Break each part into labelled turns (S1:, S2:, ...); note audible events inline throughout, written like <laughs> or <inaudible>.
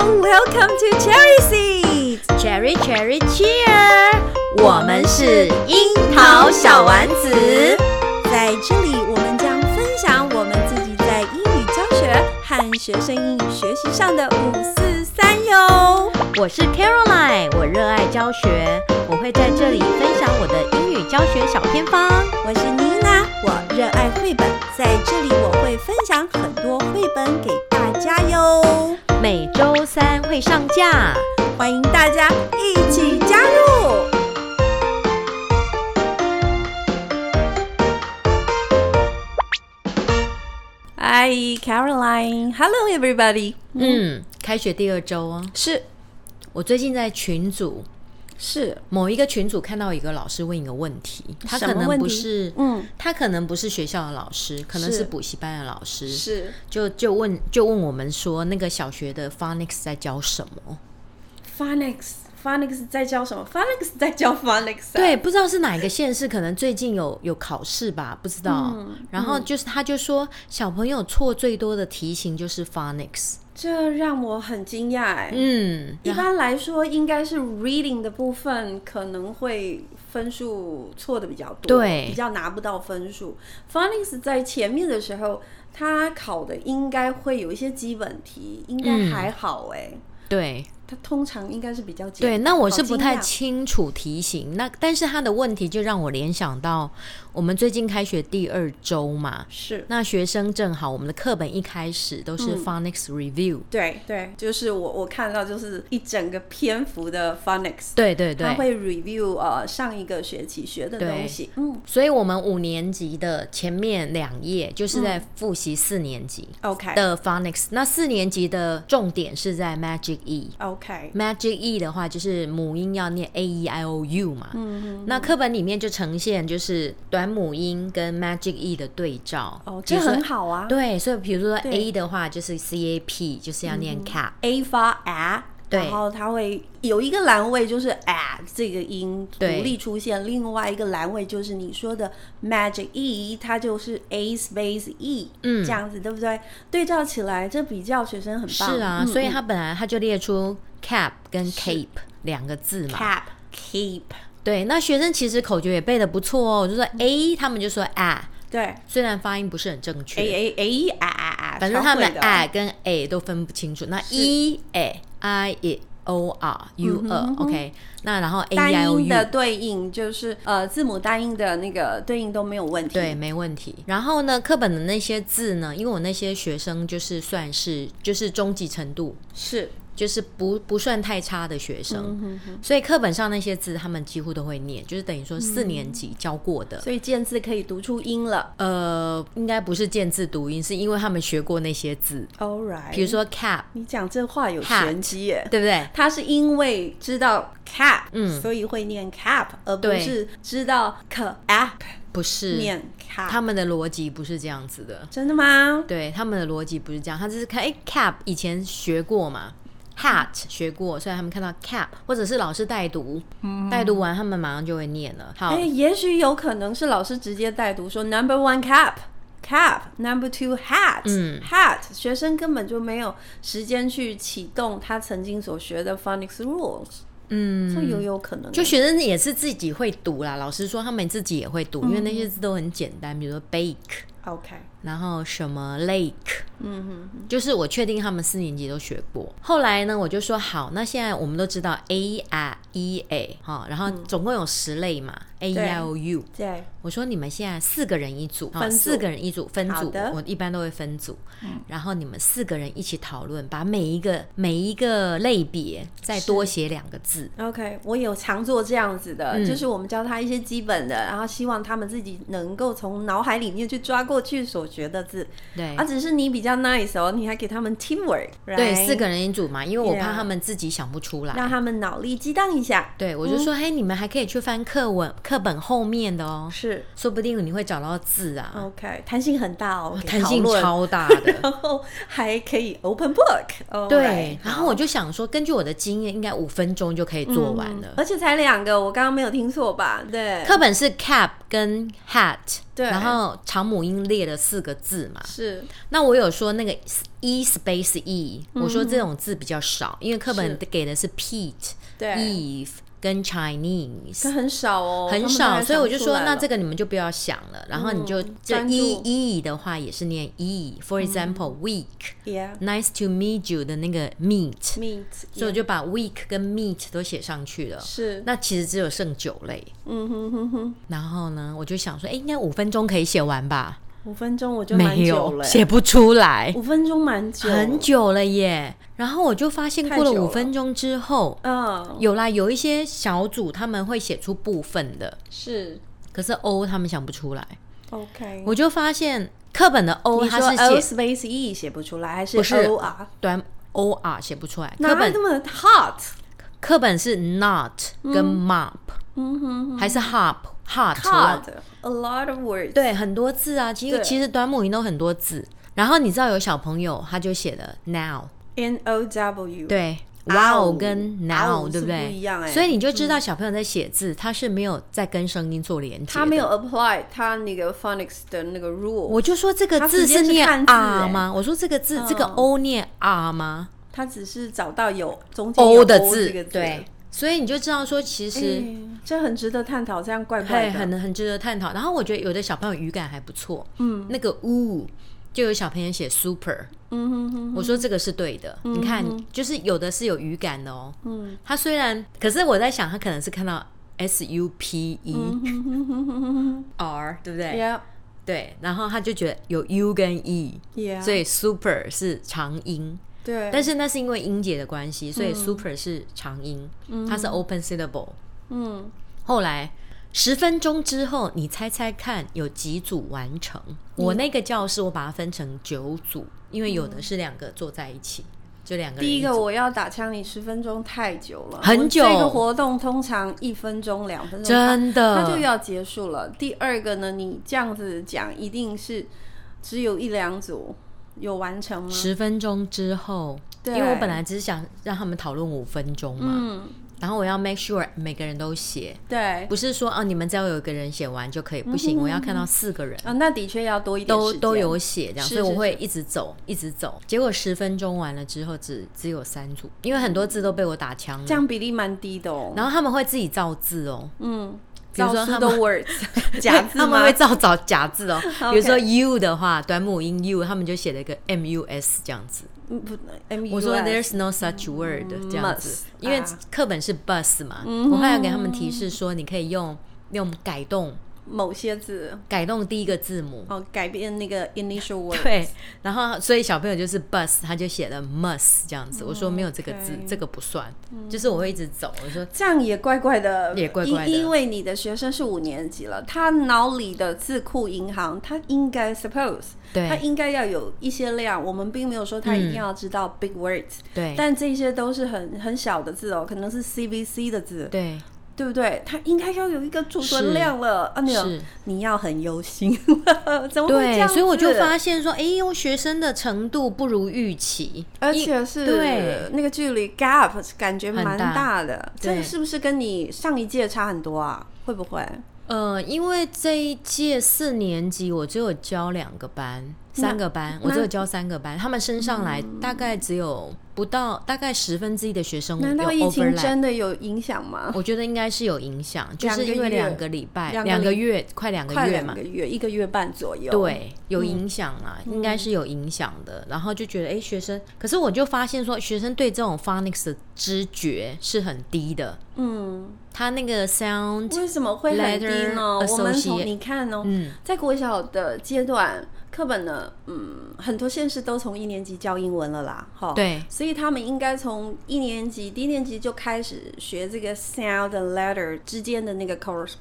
S1: Welcome to Cherry Seed，
S2: Cherry Cherry Cheer，
S1: 我们是樱桃小丸子。在这里我们将分享我们自己在英语教学和学生英语学习上的五四三哟。
S2: 我是 Caroline，我热爱教学，我会在这里分享我的英语教学小偏方。
S1: 我是妮娜，我热爱绘本，在这里我会分享很多绘本给大家哟，
S2: 每周三会上架。
S1: 欢迎大家一起加入。Hi Caroline，Hello everybody，
S2: 嗯，开学第二周啊，
S1: 是
S2: 我最近在群组
S1: 是，
S2: 某一个群组看到一个老师问一个问题，他
S1: 什
S2: 可
S1: 么
S2: 能
S1: 问
S2: 不
S1: 题
S2: 是，
S1: 嗯，
S2: 他可能不是学校的老师，可能
S1: 是
S2: 是补习班的老师，
S1: 是
S2: 就就问就问我们说那个小学的 phonics 在教什么？
S1: Phonics。Phonics 在教什么？Phonics 在教啊 Phonics，、
S2: 对，不知道是哪一个县市，可能最近有有考试吧，不知道。
S1: 嗯
S2: 然后就是他就说，小朋友错最多的题型就是 phonics。
S1: 这让我很惊讶哎。
S2: 嗯，
S1: 一
S2: 然后
S1: 般来说，应该是 reading 的部分可能会分数错的比较多，
S2: 对
S1: 比较拿不到分数。Phonics 在前面的时候，他考的应该会有一些基本题，应该
S2: 嗯
S1: 还好哎、
S2: 对
S1: 他通常应该是比较简
S2: 对，那我是不太
S1: 好惊
S2: 清楚题型。那但是他的问题就让我联想到我们最近开学第二周嘛，
S1: 讶是。
S2: 那学生正好我们的课本一开始都是
S1: 嗯
S2: phonics review。
S1: 对对，就是我我看到就是一整个篇幅的 phonics，
S2: 对对
S1: 他
S2: 对，
S1: 会 review 呃上一个学期学的
S2: 对
S1: 东西，嗯
S2: 所以我们五年级的前面两页就是在复习四年级。
S1: ，OK
S2: 的 phonics。那四年级的重点是在 Magic E。
S1: OK，
S2: Magic E 的话，就是母音要念 A E I O U 嘛。
S1: 嗯
S2: 那课本里面就呈现就是短母音跟 Magic E 的对照。
S1: 哦，
S2: 比
S1: 这
S2: 如说
S1: 很。好啊，
S2: 对，所以比如说
S1: 对嗯
S2: A 的话，就是 C A P，就是要念 cap。
S1: a 发 a，
S2: 对
S1: 然后它会有一个栏位就是 a 这个音独
S2: 对
S1: 立出现，另外一个栏位就是你说的 magic e，它就是 a space e，
S2: 嗯
S1: 这样子对不对？对照起来，这比较学生很棒。
S2: 是啊，
S1: 嗯
S2: 所以
S1: 嗯
S2: 他本来他就列出 cap 跟 cape 两个字嘛。
S1: cap keep，
S2: 对，那学生其实口诀也背的不错哦，就说 A，他们就说 a，
S1: 对
S2: 虽然发音不是很正确。
S1: a a E，啊 a a a，
S2: 反正他们 i
S1: a
S2: 跟 a 都分不清楚。那 e a i e o r
S1: 嗯
S2: u 二 OK，那然后 a E i
S1: 单
S2: o
S1: 音的
S2: u
S1: 对应就是呃字母单音的那个对应都没有问题。
S2: 对，没问题。然后呢，课本的那些字呢，因为我那些学生就是算是就是中级程度，
S1: 是
S2: 就是不不算太差的学
S1: 嗯
S2: 生，所以课本上那些字他们几乎都会念，就是等于说四年
S1: 嗯
S2: 级教过的。
S1: 所以见字可以读出音了。
S2: 呃，应该不是见字读音，是因为他们学过那些字，
S1: All right，
S2: 比如说 cap，
S1: 你讲这话有
S2: Hat
S1: 玄机耶。
S2: 对不对？
S1: 他是因为知道 cap，所以会念 cap，而不
S2: 嗯对
S1: 是知道 c app
S2: 不是，
S1: 念 cap。
S2: 他们的逻辑不是这样子的。
S1: 真的吗？
S2: 对，他们的逻辑不是这样，他只是看，哎、c a p 以前学过嘛，hat 学过，所以他们看到 cap，或者是老师带读，带、读完他们马上就会念了。好，
S1: 嗯哎，也许有可能是老师直接带读说 number one cap。cap，number two hat，hat，、
S2: 嗯
S1: hat，学生根本就没有时间去启动他曾经所学的 phonics rules，
S2: 嗯，
S1: 这有有可能。
S2: 就学生也是自己会读啦，老师说他们自己也会
S1: 嗯
S2: 读，因为那些字都很简单，比如说 bake，
S1: OK，
S2: 然后什么 lake，
S1: 嗯哼，
S2: 就是我确定他们四年级都学过。后来呢，我就说好，那现在我们都知道 a i e a 哈，然后
S1: 嗯
S2: 总共有十类嘛、a e i o u。
S1: 对，
S2: 我说你们现在四个人一组，嗯
S1: 分
S2: 好，
S1: 组
S2: 哦四个人一组分
S1: 好
S2: 组
S1: 的，
S2: 我一般都会分组，然后你们四个人一起讨论，把每一个每一个类别再多写两个字。
S1: OK，我有常做这样子
S2: 嗯
S1: 的，就是我们教他一些基本的，然后希望他们自己能够从脑海里面去抓过去所学的字。
S2: 对
S1: 啊，，只是你比较 nice 哦，你还给他们 teamwork，
S2: 对，
S1: right？
S2: 四个人一组嘛，因为我怕
S1: Yeah
S2: 他们自己想不出来。
S1: 让他们脑力激荡一下。
S2: 对，我就说，嘿，你们还可以去翻课文课本后面的哦，
S1: 是
S2: 说不定你会找到字啊，
S1: 嗯 OK，弹性很大哦，
S2: 弹性
S1: 可以讨论， <laughs>
S2: 超大的。
S1: 然后还可以 open book。
S2: <laughs>
S1: 哦
S2: 对，然后我就想说，根据我的经验，应该五分钟就可以做
S1: 嗯
S2: 完了。
S1: 而且才两个，我刚刚没有听错吧？对，
S2: 课本是 cap 跟 hat
S1: 对，
S2: 然后长母音列了四个字嘛，
S1: 是
S2: 那我有说那个 e space e，、我说这种字比较少，因为课本
S1: 嗯是
S2: 给的是 Pete、
S1: 对
S2: Eve 跟 Chinese
S1: 这。很少哦，
S2: 很
S1: 他
S2: 少，
S1: 们大概
S2: 所以我就
S1: 想不出
S2: 说，
S1: 来
S2: 那
S1: 了
S2: 这个你们就不要想了。然后你就
S1: 嗯
S2: 这
S1: 专注嗯
S2: e e 的话也是念 e。For example, week,
S1: yeah
S2: nice to meet you 的那个 meet，
S1: meet，
S2: 所以我
S1: yeah，
S2: 就把 week 跟 meet 都写上去了。
S1: 是
S2: 那其实只有剩九类。
S1: 嗯哼哼哼，
S2: 然后呢，我就想说，哎，应该五分钟可以写完吧？
S1: 五分钟我就蛮
S2: 没
S1: 久
S2: 有，
S1: 了，欸
S2: 写不出来。
S1: 五分钟蛮久，
S2: 很，久了耶。然后我就发现
S1: 太
S2: 过了
S1: 久了
S2: 五分钟之后，
S1: 嗯，
S2: 有啦，有一些小组他们会写出部分的，
S1: 是
S2: 可是 O 他们想不出来。
S1: OK。
S2: 我就发现课本的 O
S1: 你
S2: 它
S1: 说
S2: 是
S1: O
S2: 写
S1: space E 写不出来，还是
S2: 不是
S1: O R？
S2: 短 O R 写不出来，
S1: 哪
S2: 课
S1: 有
S2: 本
S1: 那么 hot？
S2: 课本是 not 跟 mop，、
S1: 嗯哼
S2: 还是 hop hot
S1: ，hot a lot of words。
S2: 对，很多字啊，其实
S1: 对
S2: 其实短母音都很多字。然后你知道有小朋友他就写的 now，
S1: ，N O W。
S2: 对。
S1: 啊哦
S2: wow 跟
S1: 啊
S2: now
S1: 哦
S2: 对对？
S1: 是不一样欸
S2: 所以你就知道小朋友在写字，他是没有在跟声音做连接。
S1: 他没有，apply 他那个 phonics 的那个 rule，
S2: 我就说这个
S1: 他
S2: 字
S1: 直接是
S2: 念
S1: 看字
S2: 啊
S1: 欸
S2: 吗？我说这个字、这个
S1: 嗯
S2: o 念啊吗
S1: 他只是找到有中间有
S2: ？o 的
S1: 字，
S2: 字
S1: 这个字
S2: 对，，所以你就知道说其实
S1: 哎这很值得探讨，这样怪怪
S2: 对
S1: 的，
S2: 哎很很值得探讨。然后我觉得有的小朋友语感还不错，嗯，那个 u 就有小朋友写 super，
S1: 嗯哼哼，
S2: 我说这个是对的，你看，就是有的是有语感的哦。嗯，他虽然，可是我在想，他可能是看到 S U P
S1: 嗯
S2: E R，对不对
S1: yeah
S2: 对，然后他就觉得有 U 跟 E，、
S1: yeah，
S2: 所以 super 是长音，
S1: 对，
S2: 但是那是因为音节的关系，所以 super 是长音，它是 open syllable。
S1: 嗯，
S2: 后来十分钟之后，你猜猜看有几组完成？我那个教室我把它分成九组，因为有的是两个坐在一起，就两个人
S1: 第一
S2: 组
S1: 个我要打枪，你十分钟太久了，
S2: 很久
S1: 我这个活动通常一分钟、两分钟，
S2: 真的
S1: 它就要结束了。第二个呢，你这样子讲，一定是只有一两组有完成吗？
S2: 十分钟之后，因
S1: 对
S2: 为我本来只是想让他们讨论五分钟嘛，
S1: 嗯，
S2: 然后我要 make sure 每个人都写，
S1: 对，
S2: 不是说啊你们只要有一个人写完就可以，不
S1: 嗯
S2: 行，我要看到四个人。
S1: 啊，那的确要多一点
S2: 都
S1: 时间
S2: 都有写这样，
S1: 是
S2: 所以我
S1: 是
S2: 会
S1: 是
S2: 一直走，一直走。结果十分钟完了之后只，只有三组，因为很多字都被我打枪了
S1: 这。样比例蛮低的哦。
S2: 然后他们会自己造字哦，
S1: 嗯，
S2: 比如说他
S1: 造
S2: 们
S1: 的
S2: <laughs>
S1: words 假字
S2: 他们
S1: 吗
S2: 会？造造假字哦。比如说
S1: <laughs> OK
S2: U 的话，短母音 U，他们就写了一个 M U S 这样子。
S1: 嗯不，M
S2: 我说 There's no such word 这样子，
S1: 嗯 must，
S2: 因为
S1: 啊
S2: 课本是 bus 嘛，
S1: 嗯
S2: 我还要给他们提示说，你可以用用改动
S1: 某些字
S2: 改动第一个字母。
S1: 哦，改变那个 initial word。
S2: 对，然后所以小朋友就是 bus，他就写了 must 这样子。我说没有这个字
S1: 哦 OK，嗯
S2: 这个不算，就是我会一直走。我说
S1: 这样也怪怪的，
S2: 也怪怪的
S1: 因因为你的学生是五年级了，他脑里的字库银行，他应该 suppose，他
S2: 对
S1: 应该要有一些量。我们并没有说他一定要知道 big words，、
S2: 嗯对
S1: 但这些都是很很小的字哦，可能是 CVC 的字，
S2: 对
S1: 对不对？他应该要有一个注
S2: 是
S1: 准量了。啊，没有
S2: 是，
S1: 你要很忧心，怎么会这
S2: 对，
S1: 样
S2: 所以我就
S1: 子
S2: 发现说，哎呦，学生的程度不如预期，
S1: 而
S2: 一
S1: 且是
S2: 对
S1: 那个距离 gap 感觉蛮
S2: 很大
S1: 大的，这
S2: 对
S1: 个是不是跟你上一届差很多啊？会不会？
S2: 呃，因为这一届四年级我只有教两个班，三个班，我只有教三个班，他们升上来
S1: 嗯
S2: 大概只有不到大概十分之一的学生有
S1: 难道疫情
S2: overlap。
S1: 真的有影响吗？
S2: 我觉得应该是有影响，就是因为两
S1: 两
S2: 个
S1: 个
S2: 礼拜、
S1: 两个
S2: 两个
S1: 礼
S2: 月、快两个
S1: 快
S2: 月
S1: 两
S2: 嘛
S1: 个，月，一个月半左右。，
S2: 对，有影响啊，
S1: 嗯
S2: 应该是有影响的。然后就觉得，哎、学生，可是我就发现说，学生对这种 phonics 的知觉是很低的，
S1: 嗯，
S2: 他那个 sound，
S1: 为什么会很低
S2: Letter
S1: 呢？我们
S2: associate
S1: 从你看哦，
S2: 嗯，
S1: 在国小的阶段，课本呢，嗯，很多县市都从一年级教英文了啦，哈。。
S2: 对，
S1: 所以他们应该从一年级、低年级就开始学这个 sound and letter 之间的那个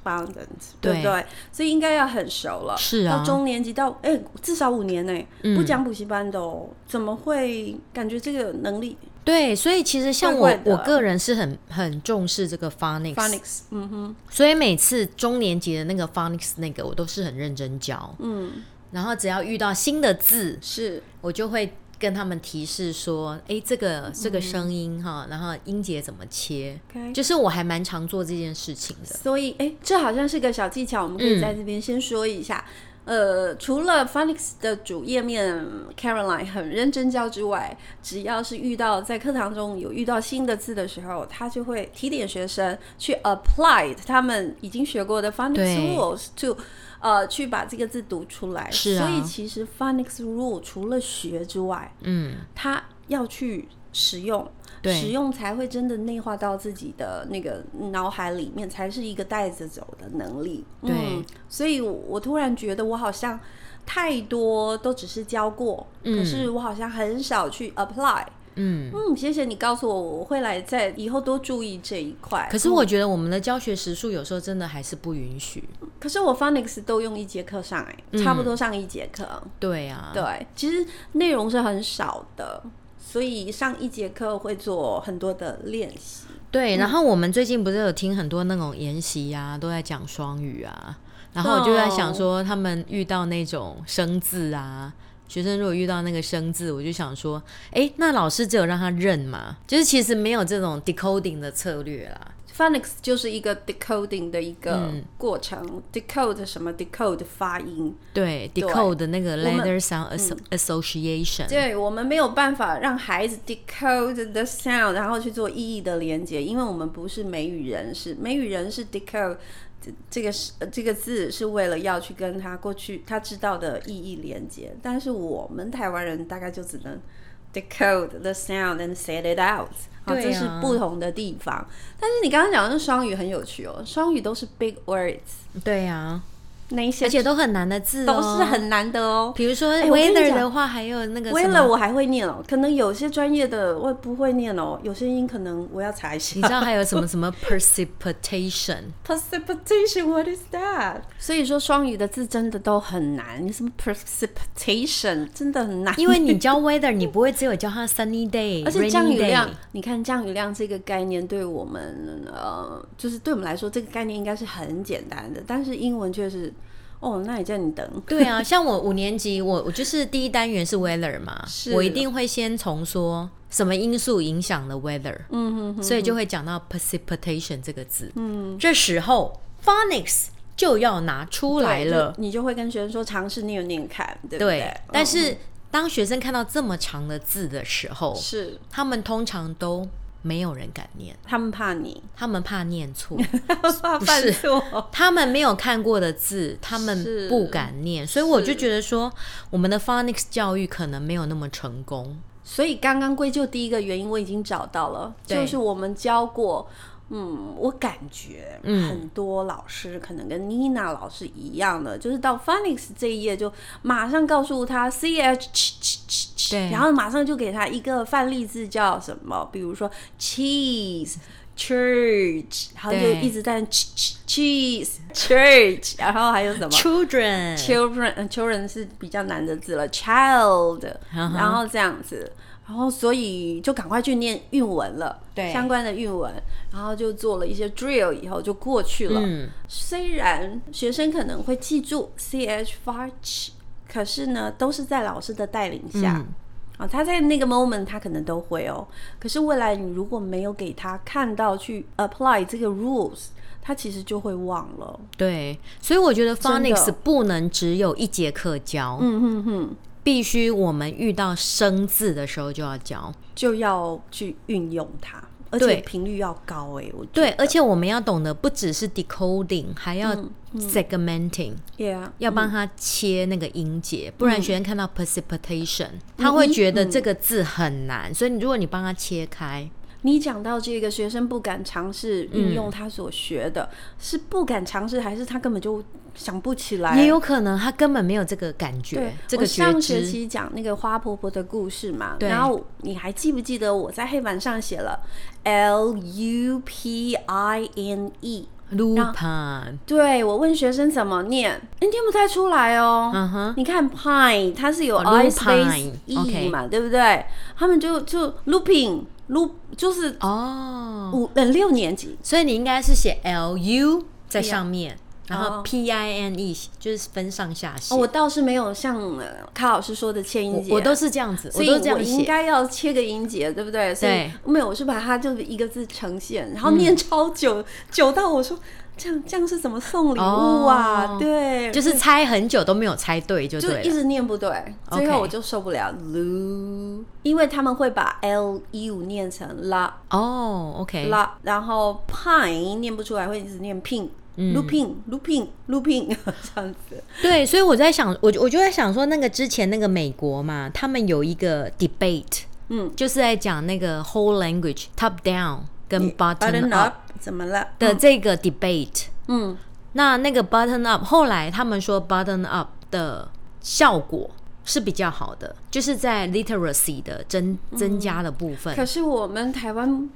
S1: correspondence，对
S2: 对
S1: 不对？所以应该要很熟了。
S2: 是啊嗯
S1: 到中年级到哎、至少五年呢、不讲补习班的哦，怎么会感觉这个能力
S2: 对，所以其实像我
S1: 怪怪的
S2: 我个人是很很重视这个 phonics，,
S1: phonics？嗯哼，
S2: 所以每次中年级的那个 phonics 那个我都是很认真教，
S1: 嗯，
S2: 然后只要遇到新的字，
S1: 是
S2: 我就会跟他们提示说，哎、这个这个
S1: 嗯
S2: 声音哈，然后音节怎么切
S1: OK
S2: 就是我还蛮常做这件事情的。
S1: 所以，哎，这好像是个小技巧，我们可以
S2: 嗯
S1: 在这边先说一下。呃，除了 Phonics 的主页面 Caroline 很认真教之外，只要是遇到在课堂中有遇到新的字的时候，他就会提点学生去 apply 他们已经学过的 Phonics
S2: 对
S1: rules to 呃去把这个字读出来。
S2: 是啊
S1: 所以其实 Phonics rule 除了学之外，
S2: 嗯，
S1: 他要去使用，
S2: 对
S1: 使用才会真的内化到自己的那个脑海里面，才是一个带着走的能力。
S2: 对
S1: 嗯，所以我我突然觉得我好像太多都只是教过，
S2: 嗯
S1: 可是我好像很少去 apply。
S2: 嗯。
S1: 嗯，谢谢你告诉我，我会来在以后多注意这一块。嗯
S2: 可是我觉得我们的教学时数有时候真的还是不允许。
S1: 可是我 phonics 都用一节课上哎、
S2: 嗯
S1: 差不多上一节课。
S2: 对啊，
S1: 对，其实内容是很少的，所以上一节课会做很多的练习。
S2: 对，然后我们最近不是有听很多那种研习啊，都在讲双语啊，然后我就在想说，他们遇到那种生字啊，学生如果遇到那个生字，我就想说，哎，那老师只有让他认嘛，就是其实没有这种 decoding 的策略啦。
S1: Phonics 就是一个 decoding 的一个过程、d e c o d e 什么 decode 发音，
S2: 对
S1: 对
S2: decode 的那个
S1: 我们
S2: letter sound asso- association，、
S1: 对我们没有办法让孩子 decode the sound，然后去做意义的连接，因为我们不是美语人士，美语人士 decode 这这个是呃这个字是为了要去跟他过去他知道的意义连接，但是我们台湾人大概就只能 decode the sound and say it out。好，
S2: 对啊
S1: 这是不同的地方。但是你刚刚讲的是双语很有趣哦，双语都是 big words，
S2: 对啊，
S1: 那一些
S2: 而且都很难的字、哦，
S1: 都是很难的哦。
S2: 比如说
S1: 哎我跟你
S2: weather
S1: 讲
S2: 的话，还有那个
S1: 为
S2: 什
S1: 了
S2: 么，
S1: 我还会念哦，可能有些专业的我不会念哦，有些音可能我要查一下。
S2: 你知道还有什么什么 precipitation，
S1: <laughs> precipitation what is that？所以说双语的字真的都很难，你什么 precipitation 真的很难，
S2: <laughs> 因为你教 weather，你不会只有教他 sunny day，
S1: 而且降雨
S2: rainy day
S1: 量，你看降雨量这个概念对我们呃，就是对我们来说这个概念应该是很简单的，但是英文却是哦，那也叫你等。
S2: 对啊，像我五年级，我我就是第一单元是 weather 嘛，
S1: 是
S2: 我一定会先从说什么因素影响了 weather，嗯所以就会讲到 precipitation 这个字，嗯，这时候 phonics 就要拿出来了，
S1: 对，你就会跟学生说尝试念念看，对不
S2: 对，
S1: 对？
S2: 但
S1: 嗯
S2: 是当学生看到这么长的字的时候，
S1: 是
S2: 他们通常都没有人敢念，
S1: 他们怕你，
S2: 他们怕
S1: <laughs>
S2: 念错，
S1: 怕犯错。
S2: 他们没有看过的字，他
S1: 是
S2: 们不敢念，所以我就觉得说，我们的 phonics 教育可能没有那么成功。
S1: 所以刚刚归咎第一个原因我已经找到了，
S2: 对
S1: 就是我们教过，嗯，我感觉
S2: 嗯
S1: 很多老师可能跟妮娜老师一样的，就是到 phonics 这一页就马上告诉他 c h ch ch ch，
S2: 对
S1: 然后马上就给他一个范例字叫什么，比如说 cheese。Church，然后就
S2: 对
S1: 一直在 ch- ch- cheese church，然后还有什么
S2: Children，
S1: children 呃 children 是比较难的字了，child，、
S2: 嗯哼
S1: 然后这样子，然后所以就赶快去念韵文了，
S2: 对
S1: 相关的韵文，然后就做了一些 drill 以后就过去了。
S2: 嗯，
S1: 虽然学生可能会记住 ch far ch，可是呢，都是在老师的带领下。
S2: 嗯
S1: 啊，他在那个 moment 他可能都会哦，可是未来你如果没有给他看到去 apply 这个 rules，他其实就会忘了。
S2: 对，所以我觉得
S1: 真的
S2: phonics 不能只有一节课教，
S1: 嗯哼哼，
S2: 必须我们遇到生字的时候就要教。
S1: 就要去运用它，而且
S2: 对
S1: 频率要高哎、我
S2: 对，而且我们要懂得不只是 decoding，还要
S1: 嗯
S2: segmenting，、
S1: 对啊，
S2: 要帮他切那个音节，不然学生看
S1: 嗯
S2: 到 precipitation，、他会觉得这个字很难，
S1: 嗯
S2: 所以你如果你帮他切开，
S1: 你讲到这个学生不敢尝试运用他所学的，
S2: 嗯
S1: 是不敢尝试，还是他根本就想不起来？
S2: 也有可能他根本没有这个感
S1: 对
S2: 觉，，这
S1: 我
S2: 个觉
S1: 上学
S2: 知。
S1: 期讲那个花婆婆的故事嘛，
S2: 对
S1: 然后你还记不记得我在黑板上写了 L U P I N E？
S2: Lupin，
S1: 对我问学生怎么念，哎你念不太出来哦。
S2: 嗯哼，
S1: 你看 pine，它是有
S2: 哦
S1: i
S2: ，loop
S1: space
S2: pine，
S1: e
S2: OK
S1: 嘛，对不对？他们就就 looping loop 就是
S2: 哦，
S1: 五呃六年级
S2: 所以你应该是写 L U 在上面然后 P I N E 就是分上下写。
S1: 哦，我倒是没有像呃卡老师说的切音
S2: 我
S1: 节，
S2: 我都是这样子，
S1: 所以
S2: 都是这
S1: 我
S2: 样
S1: 应
S2: 写。
S1: 该要切个音节，对不对？嗯所以
S2: 对
S1: 没有，我是把它就是一个字呈现，然后念超久，久到我说这样这样是怎么送礼物啊？
S2: 哦
S1: 对，
S2: 就是猜很久都没有猜对，就
S1: 就
S2: 对
S1: 一
S2: 了。
S1: 直念不对，最后
S2: OK
S1: 我就受不了 lu，因为他们会把 l u 念成啦
S2: 哦，OK，
S1: 啦，然后 pine 念不出来，会一直念 pin。
S2: 嗯
S1: looping looping looping <laughs> 这样子，
S2: 对，所以我在想，我就我就在想说，那个之前那个美国嘛，他们有一个 debate，
S1: 嗯
S2: 就是在讲那个 whole language top down 跟
S1: button
S2: bottom
S1: 嗯 up 嗯
S2: up
S1: 怎么了？
S2: 的这个 debate。
S1: 嗯，
S2: 那那个 button up，后来他们说 button up 的效果是比较好的，就是在 literacy 的增增加的部分。
S1: 嗯可是我们台湾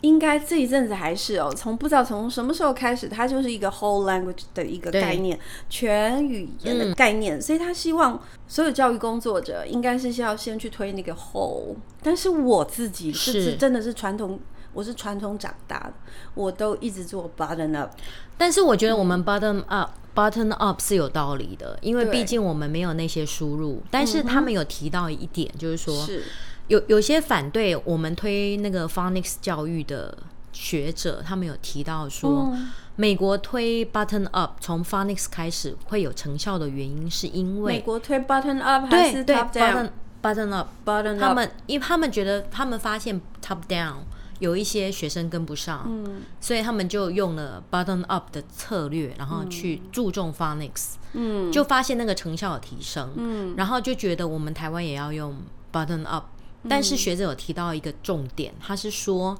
S1: 应该这一阵子还是哦，从不知道从什么时候开始，它就是一个 whole language 的一个
S2: 对嗯
S1: 概念，全语言的概念，所以他希望所有教育工作者应该是要先去推那个 whole。但是我自己是
S2: 是
S1: 是真的是传统，我是传统长大的，我都一直做 button up。
S2: 但是我觉得我们 bottom up、bottom up 是有道理的，因为
S1: 对嗯
S2: 毕竟我们没有那些输入。但是他们有提到一点，就是说
S1: 是，
S2: 有有些反对我们推那个 phonics 教育的学者，他们有提到说，
S1: 嗯
S2: 美国推 bottom up 从 phonics 开始会有成效的原因，是因
S1: 美
S2: 为
S1: 国推 button up 还
S2: 对
S1: 是
S2: 对
S1: top down？
S2: bottom bottom up
S1: button up，
S2: 他们，因为他们觉得他们发现 top down 有一些学生跟不上，
S1: 嗯
S2: 所以他们就用了 bottom up 的策略，然后去注重 phonics，、
S1: 嗯
S2: 就发现那个成效有提升，
S1: 嗯
S2: 然后就觉得我们台湾也要用 bottom up。但
S1: 嗯
S2: 是学者有提到一个重点，他是说，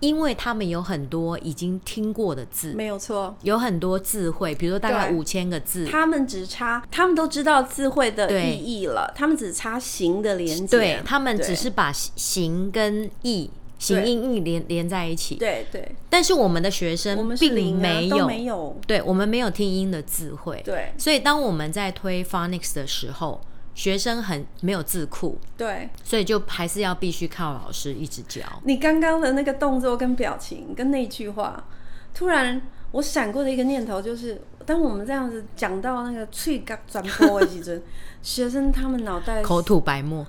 S2: 因为他们有很多已经听过的字，
S1: 没有错。
S2: 有很多字汇，比如说大概
S1: 对
S2: 五千个字，
S1: 他们只差，他们都知道字汇的
S2: 对
S1: 意义了，他们只差形的连接。
S2: 对他们
S1: 对
S2: 只是把形跟义、形、
S1: 对
S2: 音、义连连在一起。
S1: 对对，
S2: 但是我们的学
S1: 我
S2: 生
S1: 们是
S2: 并
S1: 零、啊、
S2: 没
S1: 都
S2: 有，
S1: 没有，
S2: 对我们没有听音的智慧，
S1: 对
S2: 所以当我们在推 phonics 的时候，学生很没有字库，
S1: 对。
S2: 所以就还是要必须靠老师一直教。
S1: 你刚刚的那个动作跟表情跟那句话，突然我闪过的一个念头就是，当我们这样子讲到那个脆嘎转播的时
S2: <laughs>
S1: 阵，学生他们脑袋
S2: 口吐白沫，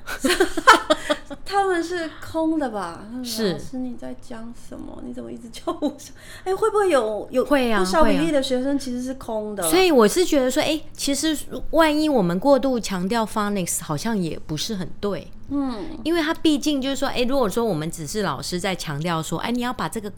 S1: 他们是空的吧？他们
S2: 是
S1: 老师你在讲什么？你怎么一直叫我上？哎，会不会有有
S2: 会啊
S1: 不少
S2: 会
S1: 比
S2: 啊
S1: 例的学生其实是空的？
S2: 所以我是觉得说，哎、其实万一我们过度强调 phonics，好像也不是很对，
S1: 嗯，
S2: 因为它毕竟就是说，哎、如果说我们只是老师在强调说，哎、你要把这个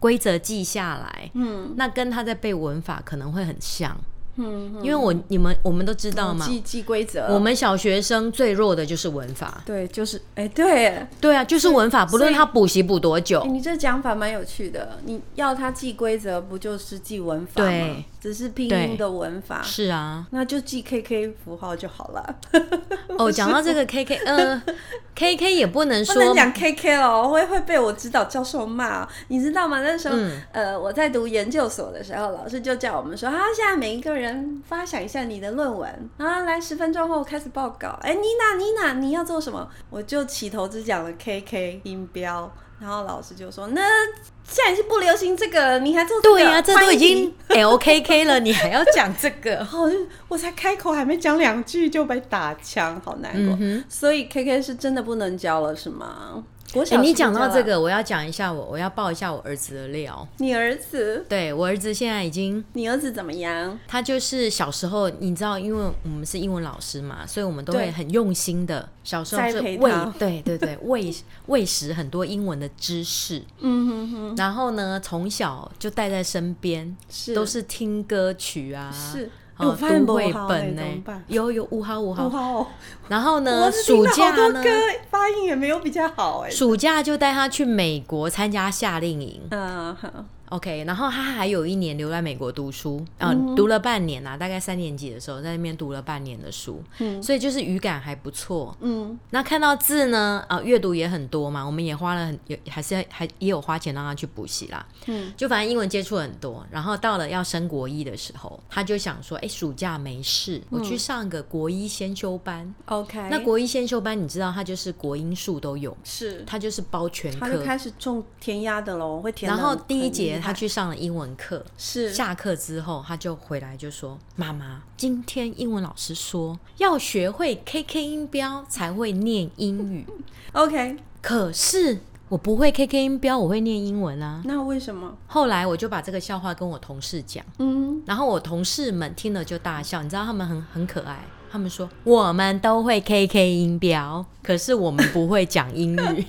S2: 规则记下来，
S1: 嗯
S2: 那跟他在背文法可能会很像，
S1: 嗯，
S2: 因为我你们我们都知道嘛，
S1: 记记规则，
S2: 我们小学生最弱的就是文法，
S1: 对，就是哎、对，哎
S2: 对啊，就是文法，不论
S1: 所以嗯
S2: 他补习补多久，
S1: 你这讲法蛮有趣的。你要他记规则，不就是记文法吗？
S2: 对，
S1: 只是拼
S2: 对
S1: 音的文法，
S2: 是啊。
S1: 那就记 KK 符号就好了。
S2: 哦，讲到这个 K K，呃，K
S1: <laughs>
S2: K 也不能
S1: 不
S2: 说
S1: 能讲 KK 了，会会被我指导教授骂。你知道吗？那时候，
S2: 嗯
S1: 呃，我在读研究所的时候，老师就叫我们说，啊，现在每一个人发想一下你的论文，啊，来十分钟后开始报告。哎、妮娜，妮娜，你要做什么？我就起头只讲了 KK 音标，然后老师就说，那现在是不流行这个了，你还做这个？
S2: 对啊，这
S1: 欢
S2: 都已
S1: 迎
S2: 经 L K K 了，你
S1: <laughs>
S2: 还要讲这个？
S1: 然后我就哦我才开口，还没讲两句就被打枪，好难
S2: 嗯
S1: 过。所以 KK 是真的不能教了，是吗？国小
S2: 哎，
S1: 是
S2: 你
S1: 不
S2: 讲
S1: 教
S2: 到
S1: 了
S2: 这个，我要讲一下我，我要爆一下我儿子的料。
S1: 你儿子，
S2: 对我儿子现在已经，
S1: 你儿子怎么样？
S2: 他就是小时候，你知道，因为我们是英文老师嘛，所以我们都
S1: 对
S2: 会很用心的，小时候
S1: 栽
S2: 就
S1: 培
S2: 喂
S1: 他，
S2: 对对对， <laughs> 喂喂食很多英文的知识。
S1: 嗯哼哼，
S2: 然后呢，从小就带在身边，
S1: 是
S2: 都是听歌曲啊，
S1: 是。哎
S2: 哦
S1: 我发现
S2: 读
S1: 不
S2: 绘
S1: 好哎
S2: 本
S1: 怎么
S2: 呢
S1: 办，？
S2: 欸有有五好五
S1: 不
S2: 好。
S1: 好哦，
S2: 然后
S1: 我
S2: 呢，
S1: 是听
S2: 暑
S1: 了好
S2: 假
S1: 多
S2: 呢，
S1: 歌，发音也没有比较好哎。
S2: 暑假就带他去美国参加夏令营。
S1: 嗯，好
S2: OK，然后他还有一年留在美国读书，啊、
S1: 嗯
S2: 读了半年啊，大概三年级的时候在那边读了半年的书，
S1: 嗯
S2: 所以就是语感还不错。
S1: 嗯，
S2: 那看到字呢，啊、阅读也很多嘛，我们也花了很，也还是还也有花钱让他去补习啦。
S1: 嗯，
S2: 就反正英文接触很多，然后到了要升国一的时候，他就想说，哎、暑假没事，
S1: 嗯
S2: 我去上个国一先修班。
S1: ，OK，
S2: 那国一先修班，你知道它就是国英数都有，
S1: 是，
S2: 它就是包全
S1: 他就
S2: 科。
S1: 开始种填鸭的喽，会填得
S2: 然
S1: 很。
S2: 后第一
S1: 很厉
S2: 节他去上了英文课，
S1: 是
S2: 下课之后他就回来就说：“妈妈，今天英文老师说要学会 KK 音标才会念
S1: <laughs>
S2: 英语，
S1: OK，
S2: 可是我不会 KK 音标，我会念英文啊。”
S1: 那为什么？
S2: 后来我就把这个笑话跟我同事讲，
S1: 嗯，
S2: 然后我同事们听了就大笑，你知道他们很很可爱，他们说我们都会 KK 音标，可是我们不会讲英语，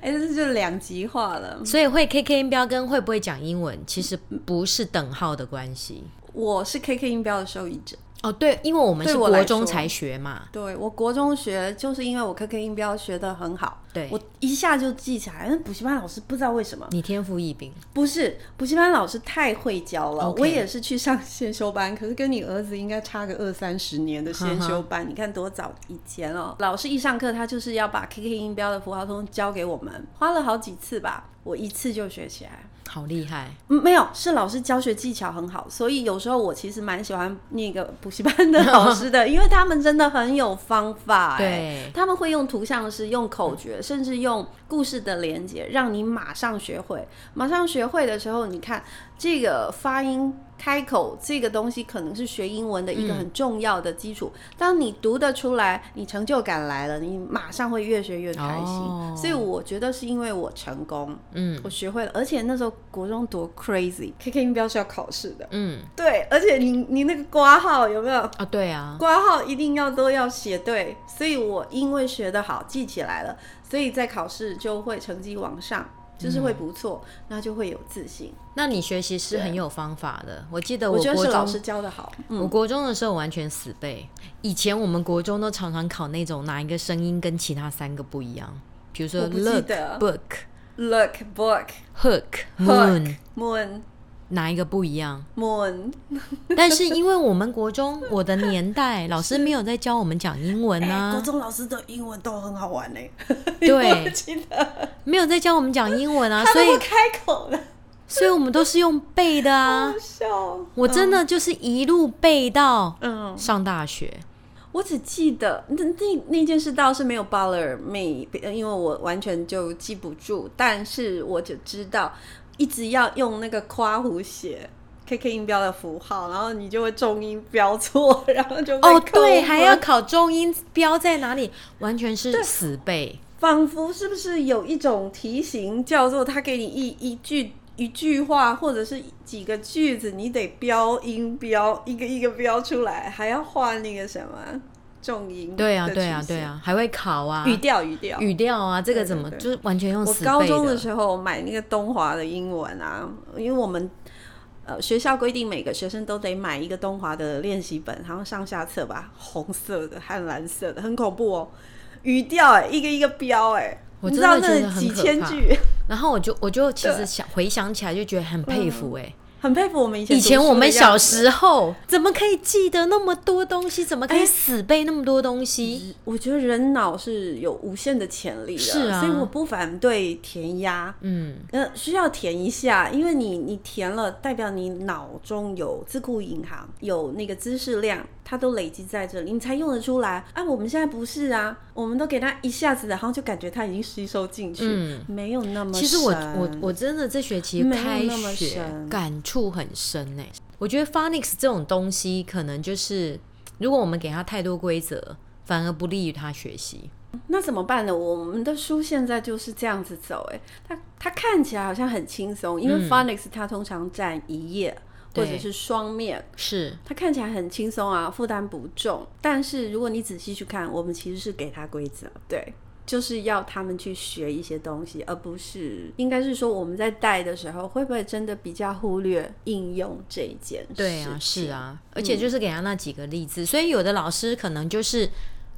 S1: 哎、这就两极化了。
S2: 所以会 KK 音标跟会不会讲英文其实不是等号的关系。
S1: 我是 KK 音标的受益者，
S2: 哦，对，因为我们
S1: 对
S2: 是
S1: 我来
S2: 国中
S1: 说
S2: 才学嘛，
S1: 对我国中学就是因为我 KK 音标学的很好，
S2: 对
S1: 我一下就记起来。那嗯补习班老师不知道为什么，
S2: 你天赋异禀，
S1: 不是补习班老师太会教了。
S2: OK
S1: 我也是去上先修班，可是跟你儿子应该差个二三十年的先修班，你看多早以前哦。老师一上课，他就是要把 KK 音标的符号通教给我们，花了好几次吧，我一次就学起来。
S2: 好厉害。
S1: 嗯，没有，是老师教学技巧很好，所以有时候我其实蛮喜欢那个补习班的老师的，因为他们真的很有方法、哎
S2: 对
S1: 他们会用图像式、用口诀，甚至用故事的连接，让你马上学会。马上学会的时候，你看这个发音。开口这个东西可能是学英文的一个很重要的基础。当你读得出来，你成就感来了，你马上会越学越开心。
S2: 哦
S1: 所以我觉得是因为我成功，
S2: 嗯
S1: 我学会了，而且那时候国中多 crazy，KK 音标是要考试的，
S2: 嗯，
S1: 对，而且你你那个挂号有没有？
S2: 啊，对啊，
S1: 挂号一定要都要写对，所以我因为学得好，记起来了，所以在考试就会成绩往上，就是会不错，那就会有自信。
S2: 那你学习是很有方法的。我记得
S1: 我
S2: 我
S1: 觉得
S2: 国
S1: 是老
S2: 中
S1: 师教的好，
S2: 我
S1: 嗯，
S2: 国中的时候完全死背，以前我们国中都常常考那种哪一个声音跟其他三个不一样，比如说
S1: 我不记
S2: look、
S1: 得
S2: book、
S1: look book
S2: hook、
S1: hook
S2: moon
S1: moon
S2: 哪一个不一样？
S1: moon， <laughs>
S2: 但是因为我们国中我的年代，老师没有在教我们讲英文
S1: 哎
S2: 啊
S1: 国，中老师的英文都很好玩呢、
S2: 对
S1: <laughs> 我，记得
S2: 没有在教我们讲
S1: <laughs>
S2: 英文啊，
S1: 他
S2: 所以
S1: 都不开口了，
S2: 所以我们都是用背
S1: <laughs>
S2: 的啊
S1: 好。笑哦。
S2: 我真的就是一路背到
S1: 嗯，
S2: 上大学，
S1: 我只记得那那那件事倒是没有 bother me，呃因为我完全就记不住，但是我就知道一直要用那个夸弧写 KK 音标的符号，然后你就会重音标错，然后就被
S2: 哦，
S1: 扣
S2: 对，
S1: 分
S2: 还要考中音标在哪里，完全是死背。
S1: 仿佛是不是有一种题型叫做他给你一一句一句话或者是几个句子，你得标音标一个一个标出来，还要画那个什么重音
S2: 对啊，
S1: 的
S2: 对
S1: 曲
S2: 啊，对
S1: 线
S2: 啊，还会考啊，
S1: 语调语调
S2: 语调啊，这个怎么
S1: 对对
S2: 就是完全用
S1: 我
S2: 死
S1: 高
S2: 背
S1: 中的时候买那个东华的英文啊，因为我们呃学校规定每个学生都得买一个东华的练习本，好像上下册吧，红色的和蓝色的，很恐怖哦。语调哎、一个一个标哎、
S2: 我
S1: 你知
S2: 真
S1: 道
S2: 的
S1: 那
S2: 觉得很
S1: 几
S2: 可
S1: 千
S2: 怕
S1: 句，
S2: 然后我就我就其实想回想起来就觉得很佩服
S1: 嗯
S2: 哎、
S1: 很佩服我们以前
S2: 以前
S1: 读书
S2: 我们
S1: 的样
S2: 小
S1: 子，
S2: 时候哎怎么可以记得那么多东西？怎么可以死背那么多东西？
S1: 我觉得人脑是有无限的潜力的，
S2: 是啊
S1: 所以我不反对填鸭。
S2: 嗯，
S1: 呃，需要填一下，因为你你填了，代表你脑中有自库银行，有那个知识量，它都累积在这里，你才用得出来。啊，我们现在不是啊，我们都给它一下子，然后就感觉它已经吸收进去，
S2: 嗯
S1: 没有那么
S2: 其实我我
S1: 深
S2: 我真的这学期
S1: 没有
S2: 开
S1: 那么
S2: 学
S1: 深
S2: 感触很深呢、哎我觉得 phonics 这种东西，可能就是如果我们给他太多规则，反而不利于他学习。
S1: 那怎么办呢？我们的书现在就是这样子走、哎，它它看起来好像很轻松，因为 phonics 它通常占一页、或者
S2: 嗯对
S1: 是双面，
S2: 是，
S1: 它看起来很轻松啊，负担不重。但是如果你仔细去看，我们其实是给他规则，对，就是要他们去学一些东西，而不是应该是说我们在带的时候，会不会真的比较忽略应用这一件事？
S2: 对啊，是。嗯啊，而且就是给他那几个例子，所以有的老师可能就是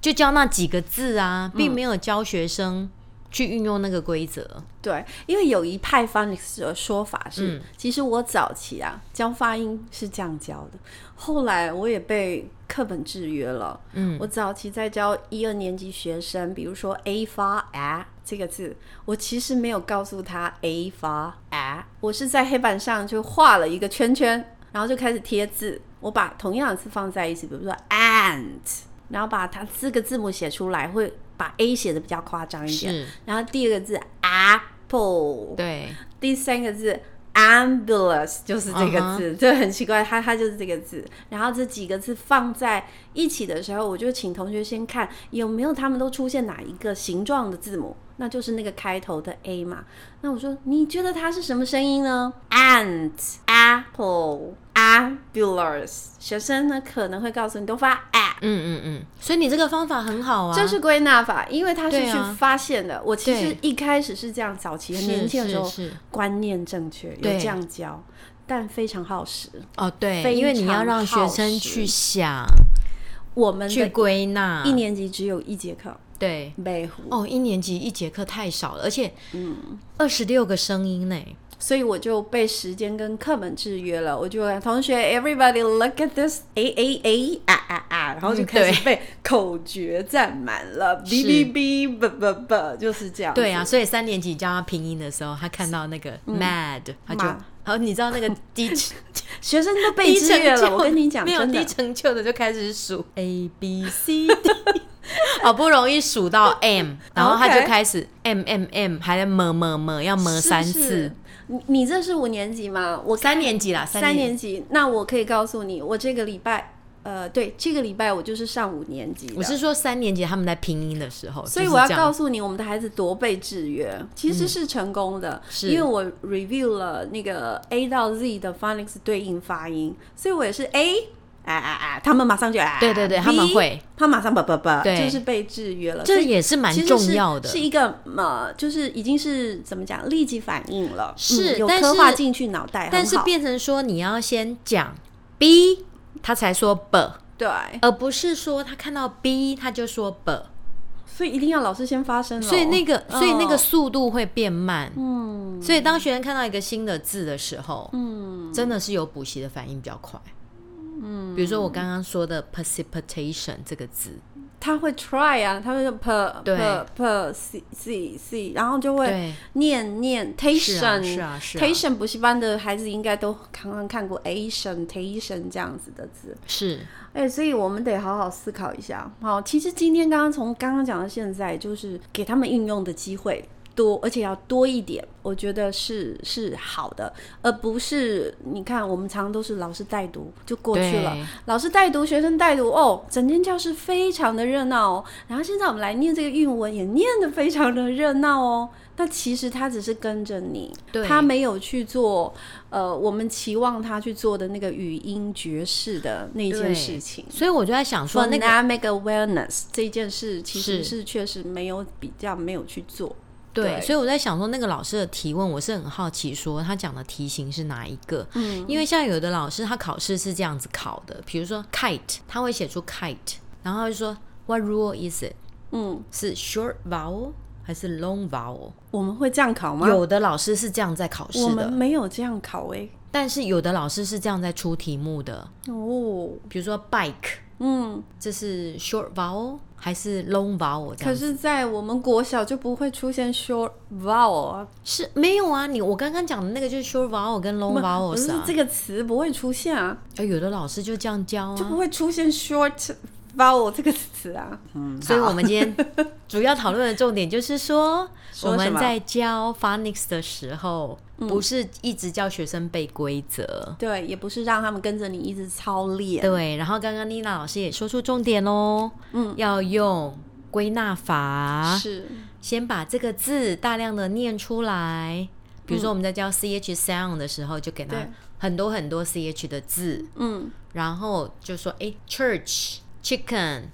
S2: 就教那几个字啊，并没有教学生去运用那个规则。
S1: 对，因为有一派 phonics 的说法是，其实我早期啊教发音是这样教的，后来我也被课本制约了。嗯，我早期在教一二年级学生，比如说 a 发 a 这个字，我其实没有告诉他 a 发 a，我是在黑板上就画了一个圈圈，然后就开始贴字。我把同样的字放在一起，比如说 and，然后把它四个字母写出来，会把 a 写的比较夸张一点。
S2: 是，
S1: 然后第二个字 apple，
S2: 对，
S1: 第三个字 ambulance 就是这个
S2: 嗯
S1: 字这很奇怪，它它就是这个字。然后这几个字放在一起的时候，我就请同学先看有没有他们都出现哪一个形状的字母，那就是那个开头的 A 嘛。那我说你觉得它是什么声音呢？Ant apple ambulance，学生呢可能会告诉你都发 a。
S2: 嗯嗯嗯，所以你这个方法很好啊，
S1: 这是归纳法，因为他是
S2: 对
S1: 去
S2: 啊
S1: 发现的。我其实
S2: 对
S1: 一开始是这样，早期很
S2: 是
S1: 年轻的时候
S2: 是是
S1: 观念正确，有
S2: 对
S1: 这样教，但非常耗时。
S2: 哦，对，
S1: 非
S2: 因为你要
S1: 常
S2: 让学
S1: 耗
S2: 生
S1: 时
S2: 去想、
S1: 我们
S2: 去
S1: 的
S2: 归纳，
S1: 一年级只有一节课，
S2: 对。
S1: 北湖，
S2: 哦，一年级一节课太少了，而且，二十六个声音呢，
S1: 所以我就被时间跟课本制约了。我就会同学，everybody look at this a a a 啊啊啊，然后就
S2: 嗯
S1: 开始
S2: 对
S1: 被口诀占满了，b
S2: 是
S1: b b 不不不，就是这样。
S2: 对啊，，嗯所以三年级教他拼音的时候，他看到那个 mad，、他
S1: 妈，
S2: 就然后你知道那个低 <laughs>
S1: 学生都被
S2: 低
S1: 制
S2: 成
S1: 约了。
S2: 就，
S1: 我跟你讲，
S2: 没有
S1: 真的
S2: 低成就的就开始数 a b c <laughs> d，好不容易数到 m，然后他
S1: 哦 OK
S2: 就开始 m m m，还在么么么，要么
S1: 是
S2: 三
S1: 是
S2: 次。
S1: 你你这是五年级吗？我
S2: 三年级啦，三
S1: 三
S2: 年
S1: 年级，那我可以告诉你，我这个礼拜，呃，对，这个礼拜我就是上五年级的。
S2: 我是说三年级他们在拼音的时候，
S1: 所以我要告
S2: 诉
S1: 诉你，我们的孩子多被制约，其实是成功的，
S2: 嗯是
S1: 因为我 review 了那个 A 到 Z 的 phonics 对应发音，所以我也是 A。啊啊啊！他们马上就啊，
S2: 对对对
S1: B，
S2: 他们会，
S1: 他马上叭叭叭，
S2: 对
S1: 就是被制约了。
S2: 这
S1: 所以
S2: 也是蛮
S1: 其实
S2: 重要的
S1: 是，是一个呃，就是已经是怎么讲立即反应了，
S2: 是
S1: 嗯有
S2: 但是
S1: 刻画进去脑袋，
S2: 但是
S1: 很好
S2: 变成说你要先讲 b，他才说 b，
S1: 对，
S2: 而不是说他看到 b 他就说 b，
S1: 所以一定要老师先发声哦咯
S2: 所以那个所以那个
S1: 哦
S2: 速度会变慢。
S1: 嗯，
S2: 所以当学生看到一个新的字的时候，嗯，真的是有补习的反应比较快。嗯，比如说我刚刚说的 precipitation 这个字，
S1: 他会 try 啊，他会说 per
S2: 对
S1: per per c c c，然后就会
S2: 对，
S1: 念念
S2: 是啊
S1: tation
S2: 是啊是啊
S1: tation 补习班的孩子应该都刚刚看过 Asian tation 这样子的字，
S2: 是
S1: 哎、所以我们得好好思考一下。好，其实今天刚刚从刚刚讲到现在，就是给他们运用的机会多，而且要多一点，我觉得是是好的，而不是你看我们常常都是老师带读就过去了
S2: 对，
S1: 老师带读，学生带读，哦，整间教室非常的热闹哦。然后现在我们来念这个韵文，也念得非常的热闹哦。那其实他只是跟着你，
S2: 对
S1: 他没有去做，呃，我们期望他去做的那个语音爵士的那一件
S2: 对
S1: 事情。
S2: 所以我就在想说，那个
S1: Phonemic awareness 这件事其实
S2: 是
S1: 是确实没有比较没有去做，对
S2: 对，所以我在想说，那个老师的提问，我是很好奇，说他讲的题型是哪一个？嗯，因为像有的老师他考试是这样子考的，比如说 kite，他会写出 kite，然后他就说 What rule is it？
S1: 嗯，
S2: 是 short vowel 还是 long vowel？
S1: 我们会这样考吗？，
S2: 有的老师是这样在考试
S1: 啊我们
S2: 的，
S1: 没有这样考欸诶、
S2: 但是有的老师是这样在出题目的，
S1: 哦，
S2: 比如说 bike，
S1: 嗯，
S2: 这是 short vowel 还是 long vowel？这
S1: 可
S2: 样子
S1: 是，在我们国小就不会出现 short vowel 啊，
S2: 是没有啊，你我刚刚讲的那个就是 short vowel 跟 long
S1: 不是
S2: vowels 啊
S1: 这，个词不会出现啊，
S2: 呃有的老师就这样教
S1: 就
S2: 啊
S1: 不。会出现 short vowel 这个词啊。嗯，
S2: 所以，我们今天主要讨论的重点就是说，
S1: <laughs> 说
S2: 我
S1: 什
S2: 们
S1: 么嗯
S2: 在教 phonics 的时候，不是一直教学生背规则。
S1: 对，也不是让他们跟着你一直操练。
S2: 对，然后刚刚妮娜老师也说出重点喽，嗯，要用归纳法，
S1: 是，
S2: 先把这个字大量的念出来。比如说我们在教 ch sound 的时候，就给他
S1: 嗯对
S2: 很多很多 ch 的字，
S1: 嗯，
S2: 然后就说，哎，church、chicken、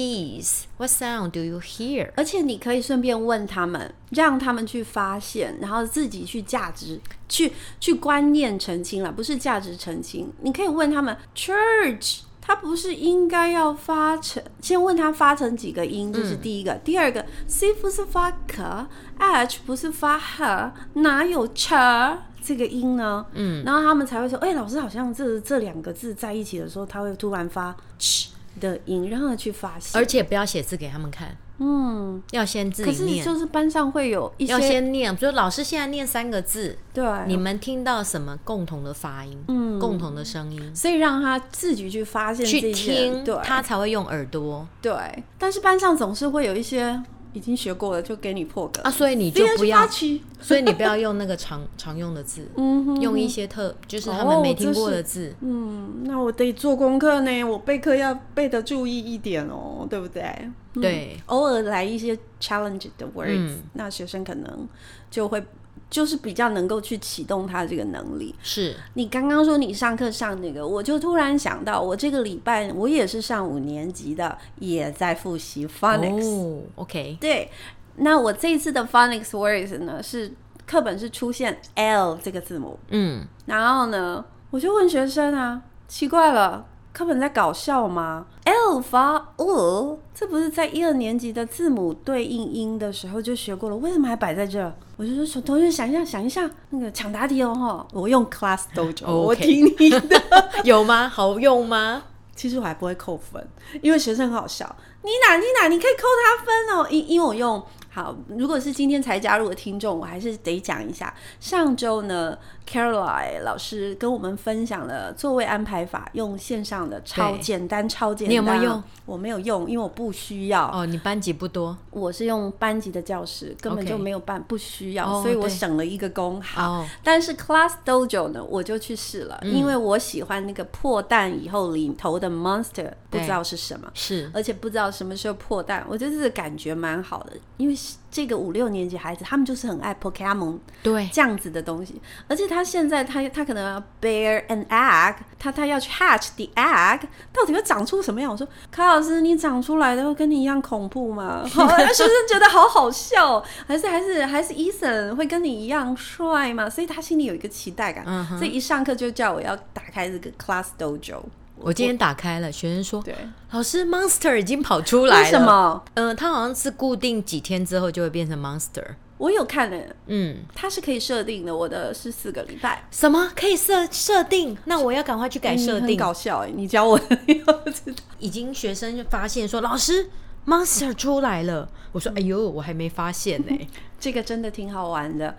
S2: cheese，what sound do you hear？
S1: 而且你可以顺便问他们，让他们去发现，然后自己去价值、去去观念澄清了，不是价值澄清。你可以问他们，church。它不是应该要发成，先问他发成几个音，这是第一个。第二个，c 不是发可，h 不是发和，哪有 ch 这个音呢？嗯，然后他们才会说，哎、老师好像这这两个字在一起的时候，他会突然发 ch 的音，让他去发现。
S2: 而且不要写字给他们看，嗯，要先自
S1: 可
S2: 己
S1: 是
S2: 念，
S1: 就是班上会有一
S2: 要
S1: 些
S2: 先念。比如老师现在念三个字，
S1: 对，
S2: 你们听到什么共同的发音？
S1: 嗯
S2: 共同的声音。
S1: 所以让他自己去发现
S2: 去
S1: 这些，
S2: 听
S1: 对，
S2: 他才会用耳朵。
S1: 对。但是班上总是会有一些已经学过了，就给你破格
S2: 啊，。所以你就不要，
S1: 去，
S2: 所以你不要用那个常 <laughs> 常用的字，
S1: 嗯，
S2: 用一些特就是他
S1: 哦
S2: 们没听
S1: 这
S2: 过
S1: 是
S2: 的字。
S1: 嗯，那我得做功课呢，我备课要备的注意一点哦，对不对？嗯
S2: 对，
S1: 偶尔来一些 challenge 的 words，、
S2: 嗯
S1: 那学生可能就会就是比较能够去启动他这个能力。
S2: 是
S1: 你刚刚说你上课上那个，我就突然想到，我这个礼拜我也是上五年级的，也在复习 phonics。
S2: 哦，OK，
S1: 对，那我这一次的 phonics words 呢，是课本是出现 L 这个字母，
S2: 嗯， <laughs>
S1: 然后呢，我就问学生啊，奇怪了，课本在搞笑吗？L 发 O，这不是在一二年级的字母对应音的时候就学过了，为什么还摆在这儿？我就说，小同学想一下，想一下，那个抢答题哦，哈，我用 Class Dojo，、我
S2: OK
S1: 听你的。
S2: 有吗？好用吗？
S1: 其实我还不会扣分，因为学生很好笑。你哪你哪，你可以扣他分哦。因因为我用好，如果是今天才加入的听众，我还是得讲一下。上周呢，Caroline 老师跟我们分享了座位安排法，用线上的超
S2: 对
S1: 简单，超简单。
S2: 你有没有用？
S1: 我没有用，因为我不需要。
S2: 哦，你班级不多
S1: 我是用班级的教室，根本
S2: OK
S1: 就没有办不需要
S2: 哦
S1: 所以我
S2: 对
S1: 省了一个工。好，
S2: 哦，
S1: 但是 Class Dojo 呢，我就去试了，因为我喜欢那个破蛋以后领头的 monster，不
S2: 对
S1: 知道是什么，
S2: 是
S1: 而且不知道什么时候破蛋，我觉得这个感觉蛮好的，因为这个五六年级孩子他们就是很爱 Pokemon
S2: 对，
S1: 这样子的东西，而且他现在他他可能要 bear an egg，他他要去 hatch the egg，到底会长出什么样？我说，卡老师，你长出来的会跟你一样恐怖吗？ <laughs> 好，学生觉得好好笑，哦还是还是还是 Eason 会跟你一样帅吗？所以他心里有一个期待感，
S2: 嗯哼
S1: 所以一上课就叫我要打开这个 class dojo。
S2: 我今天打开了，学生说
S1: 对，
S2: 老师 Monster 已经跑出来了。
S1: 为什？么？
S2: 呃，它好像是固定几天之后就会变成 Monster。
S1: 我有看呢、
S2: 嗯，
S1: 它是可以设定的，我的是四个礼拜。
S2: 什么可以设设定？那我要赶快去改设
S1: 嗯你很
S2: 定。
S1: 搞笑哎、你教我的， <laughs> 你又不知道。
S2: 已经学生就发现说，老师 Monster 出来了。我说，哎呦，我还没发现呢、
S1: 这个真的挺好玩的。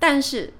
S1: 但是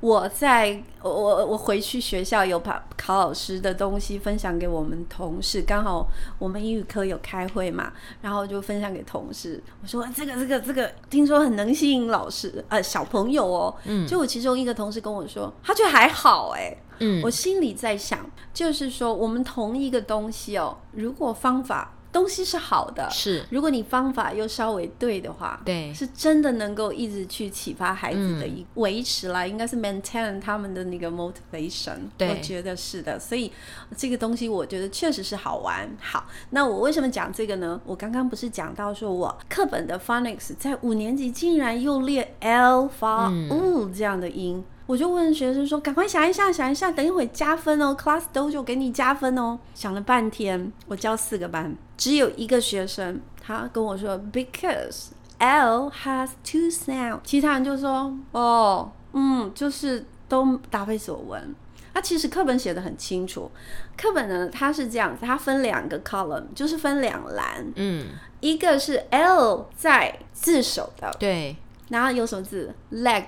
S1: 我在我我我回去学校有把考老师的东西分享给我们同事，刚好我们英语科有开会嘛，然后就分享给同事。我说这个这个这个，听说很能吸引老师呃小朋友哦。嗯，就我其中一个同事跟我说，他觉得还好哎、
S2: 嗯
S1: 我心里在想，就是说我们同一个东西哦，如果方法东西是好的，
S2: <laughs> 是
S1: 如果你方法又稍微对的话，
S2: 对
S1: 是真的能够一直去启发孩子的一维持啦，应该是 maintain 他们的那个 motivation。
S2: 对
S1: 我觉得是的，所以这个东西我觉得确实是好玩。好，那我为什么讲这个呢？我刚刚不是讲到说我课本的 phonics 在五年级竟然又列 l 发 u 这样的音。我就问学生说：“赶快想一下，想一下，等一会加分哦，class dojo 给你加分哦。”想了半天，我教四个班，只有一个学生他跟我说：“Because L has two sound。”其他人就说：“哦，嗯，就是都答非所问。”它其实课本写的很清楚，课本呢它是这样子，它分两个 column，就是分两栏，
S2: 嗯，
S1: 一个是 L 在字首的，
S2: 对。
S1: 然后有什么字 leg，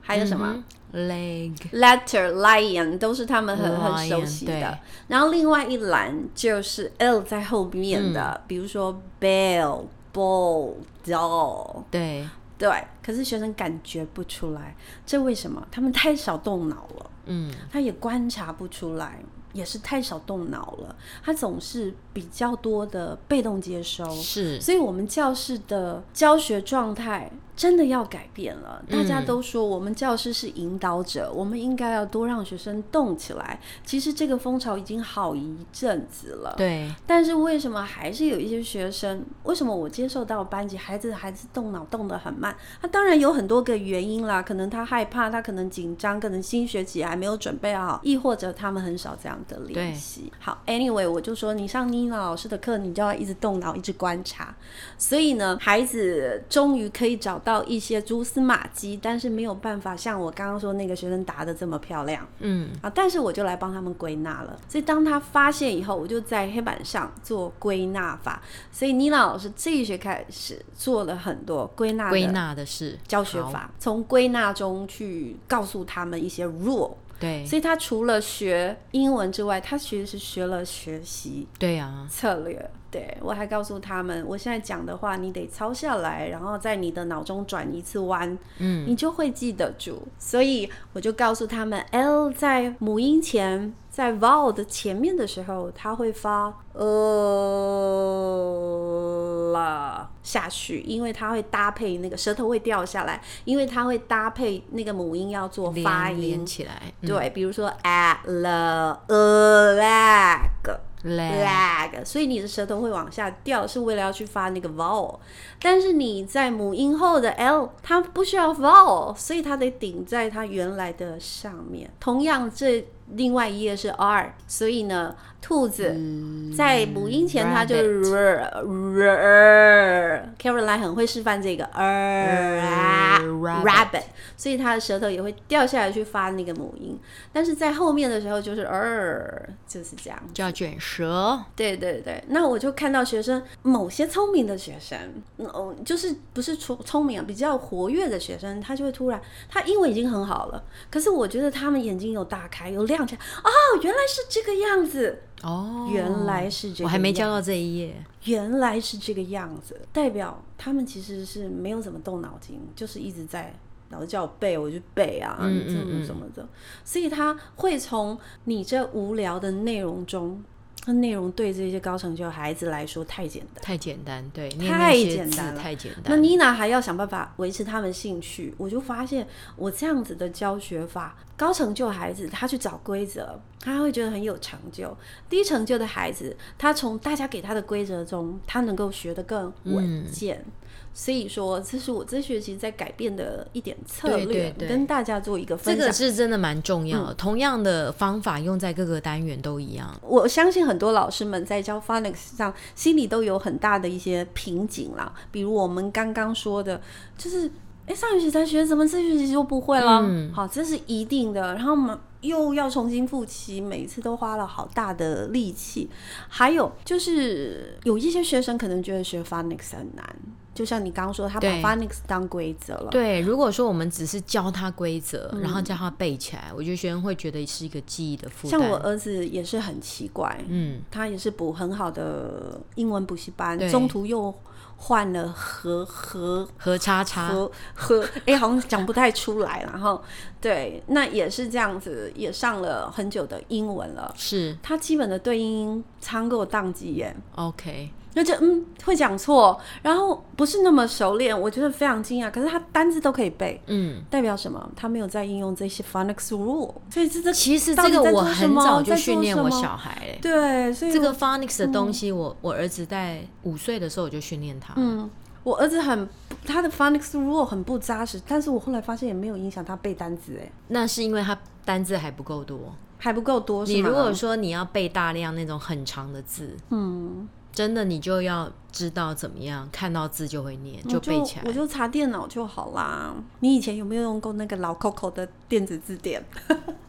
S1: 还有什么？
S2: 嗯 leg？
S1: letter lion 都是他们很很
S2: Lion，
S1: 熟悉的
S2: 对。
S1: 然后另外一栏就是 l 在后面的，
S2: 嗯
S1: 比如说 bell、ball、doll。
S2: 对，
S1: 对，可是学生感觉不出来，这为什么？他们太少动脑了。
S2: 嗯，
S1: 他也观察不出来，也是太少动脑了。他总是比较多的被动接收，
S2: 是
S1: 所以我们教室的教学状态真的要改变了。大家都说我们教师是引导者，我们应该要多让学生动起来。其实这个风潮已经好一阵子了。
S2: 对，
S1: 但是为什么还是有一些学生？为什么我接受到班级孩子还是动脑动得很慢？他当然有很多个原因啦，可能他害怕，他可能紧张，可能新学期还没有准备好，亦或者他们很少这样的练习。好，anyway，我就说你上妮娜老师的课，你就要一直动脑，一直观察。所以呢，孩子终于可以找到一些蛛丝马迹，但是没有办法像我刚刚说那个学生答的这么漂亮。
S2: 嗯，
S1: 啊，但是我就来帮他们归纳了。所以当他发现以后，我就在黑板上做归纳法。所以妮娜老师这一学开始做了很多归纳
S2: 归
S1: 的
S2: 纳的是
S1: 教学，法，从归纳中去告诉他们一些 rule。
S2: 好对，
S1: 所以他除了学英文之外，他其实是学了学习
S2: 对啊，
S1: 策略。对我还告诉他们，我现在讲的话你得抄下来，然后在你的脑中转一次弯，嗯，你就会记得住。所以我就告诉他们，L 在母音前，在 vowel 的前面的时候，它会发呃啦下去，因为它会搭配那个舌头会掉下来，因为它会搭配那个母音要做发
S2: 连
S1: 音
S2: 连。起来，嗯
S1: 对，比如说 a l e lag。
S2: 来，
S1: lag，所以你的舌头会往下掉，是为了要去发那个 vowel。但是你在母音后的 l，它不需要 vowel，所以它得顶在它原来的上面。同样，这另外一页是 r，所以呢，兔子在母音前它就 r r。Caroline 很会示范这个 r
S2: rabbit
S1: rabbit，所以它的舌头也会掉下来去发那个母音。但是在后面的时候就是 r，就是这样。
S2: 叫卷舌，
S1: 对对对，那我就看到学生某些聪明的学生，嗯哦，就是不是聪聪明啊，比较活跃的学生，他就会突然，他英文已经很好了，可是我觉得他们眼睛有打开，有亮起来，哦，原来是这个样子，
S2: 哦，
S1: 原来是这个，
S2: 我还没教，到这一页，
S1: 原来是这个样子，代表他们其实是没有怎么动脑筋，就是一直在。老师叫我背，我就背啊，
S2: 嗯
S1: 怎
S2: 嗯
S1: 么
S2: 嗯
S1: 怎么的，所以他会从你这无聊的内容中，那内容对这些高成就孩子来说太简单。
S2: 太简单，对，念
S1: 太
S2: 那些
S1: 简单
S2: 字
S1: 了
S2: 太简
S1: 那
S2: 单，
S1: 妮娜还要想办法维持他们兴趣，我就发现我这样子的教学法，高成就孩子他去找规则，他会觉得很有成就；低成就的孩子，他从大家给他的规则中，他能够学得更稳健。
S2: 嗯
S1: 所以说，这是我这学期在改变的一点策略，
S2: 对对对
S1: 跟大家做一个分
S2: 这
S1: 享。嗯
S2: 个是真的蛮重要的。同样的方法用在各个单元都一样，
S1: 我相信很多老师们在教 phonics 上，心里都有很大的一些瓶颈啦。比如我们刚刚说的，就是哎，诶上学期才学，怎么这学期就不会了？
S2: 嗯
S1: 好，这是一定的。然后我们又要重新复习，每次都花了好大的力气。还有就是有一些学生可能觉得学 phonics 很难，就像你刚刚说，他把
S2: 对
S1: phonics 当规则了。
S2: 对，如果说我们只是教他规则，
S1: 嗯
S2: 然后叫他背起来，我觉得学生会觉得是一个记忆的负担。
S1: 像我儿子也是很奇怪，
S2: 嗯，
S1: 他也是补很好的英文补习班，
S2: 对
S1: 中途又换了和和
S2: 和叉叉，
S1: 和和，哎、好像讲不太出来啦，然后对，那也是这样子，也上了很久的英文了。
S2: 是
S1: 他基本的对音常给我宕机耶，
S2: OK，
S1: 那就嗯会讲错，然后不是那么熟练，我觉得非常惊讶。可是他单字都可以背，
S2: 嗯。
S1: 代表什么？他没有在应用这些 phonics rule，所以这这
S2: 其实
S1: 到
S2: 这
S1: 底
S2: 个
S1: 在
S2: 我
S1: 做什
S2: 很
S1: 么
S2: 早就
S1: 在做
S2: 训练
S1: 什
S2: 我
S1: 么
S2: 小孩、欸，
S1: 对，嗯所以
S2: 这
S1: 我
S2: 个 phonics 的东西我，我、儿子在五岁的时候我就训练他，嗯，
S1: 我儿子很他的 phonics rule 很不扎实，但是我后来发现也没有影响他背单词，哎，
S2: 那是因为他单字还不够多。
S1: 还不够多是
S2: 你
S1: 吗？
S2: 如果说你要背大量那种很长的字，嗯，真的你就要知道怎么样，看到字就会念，
S1: 我
S2: 背起
S1: 我
S2: 来。
S1: 就查电脑就好啦。你以前有没有用过那个老 Coco 的电子字典？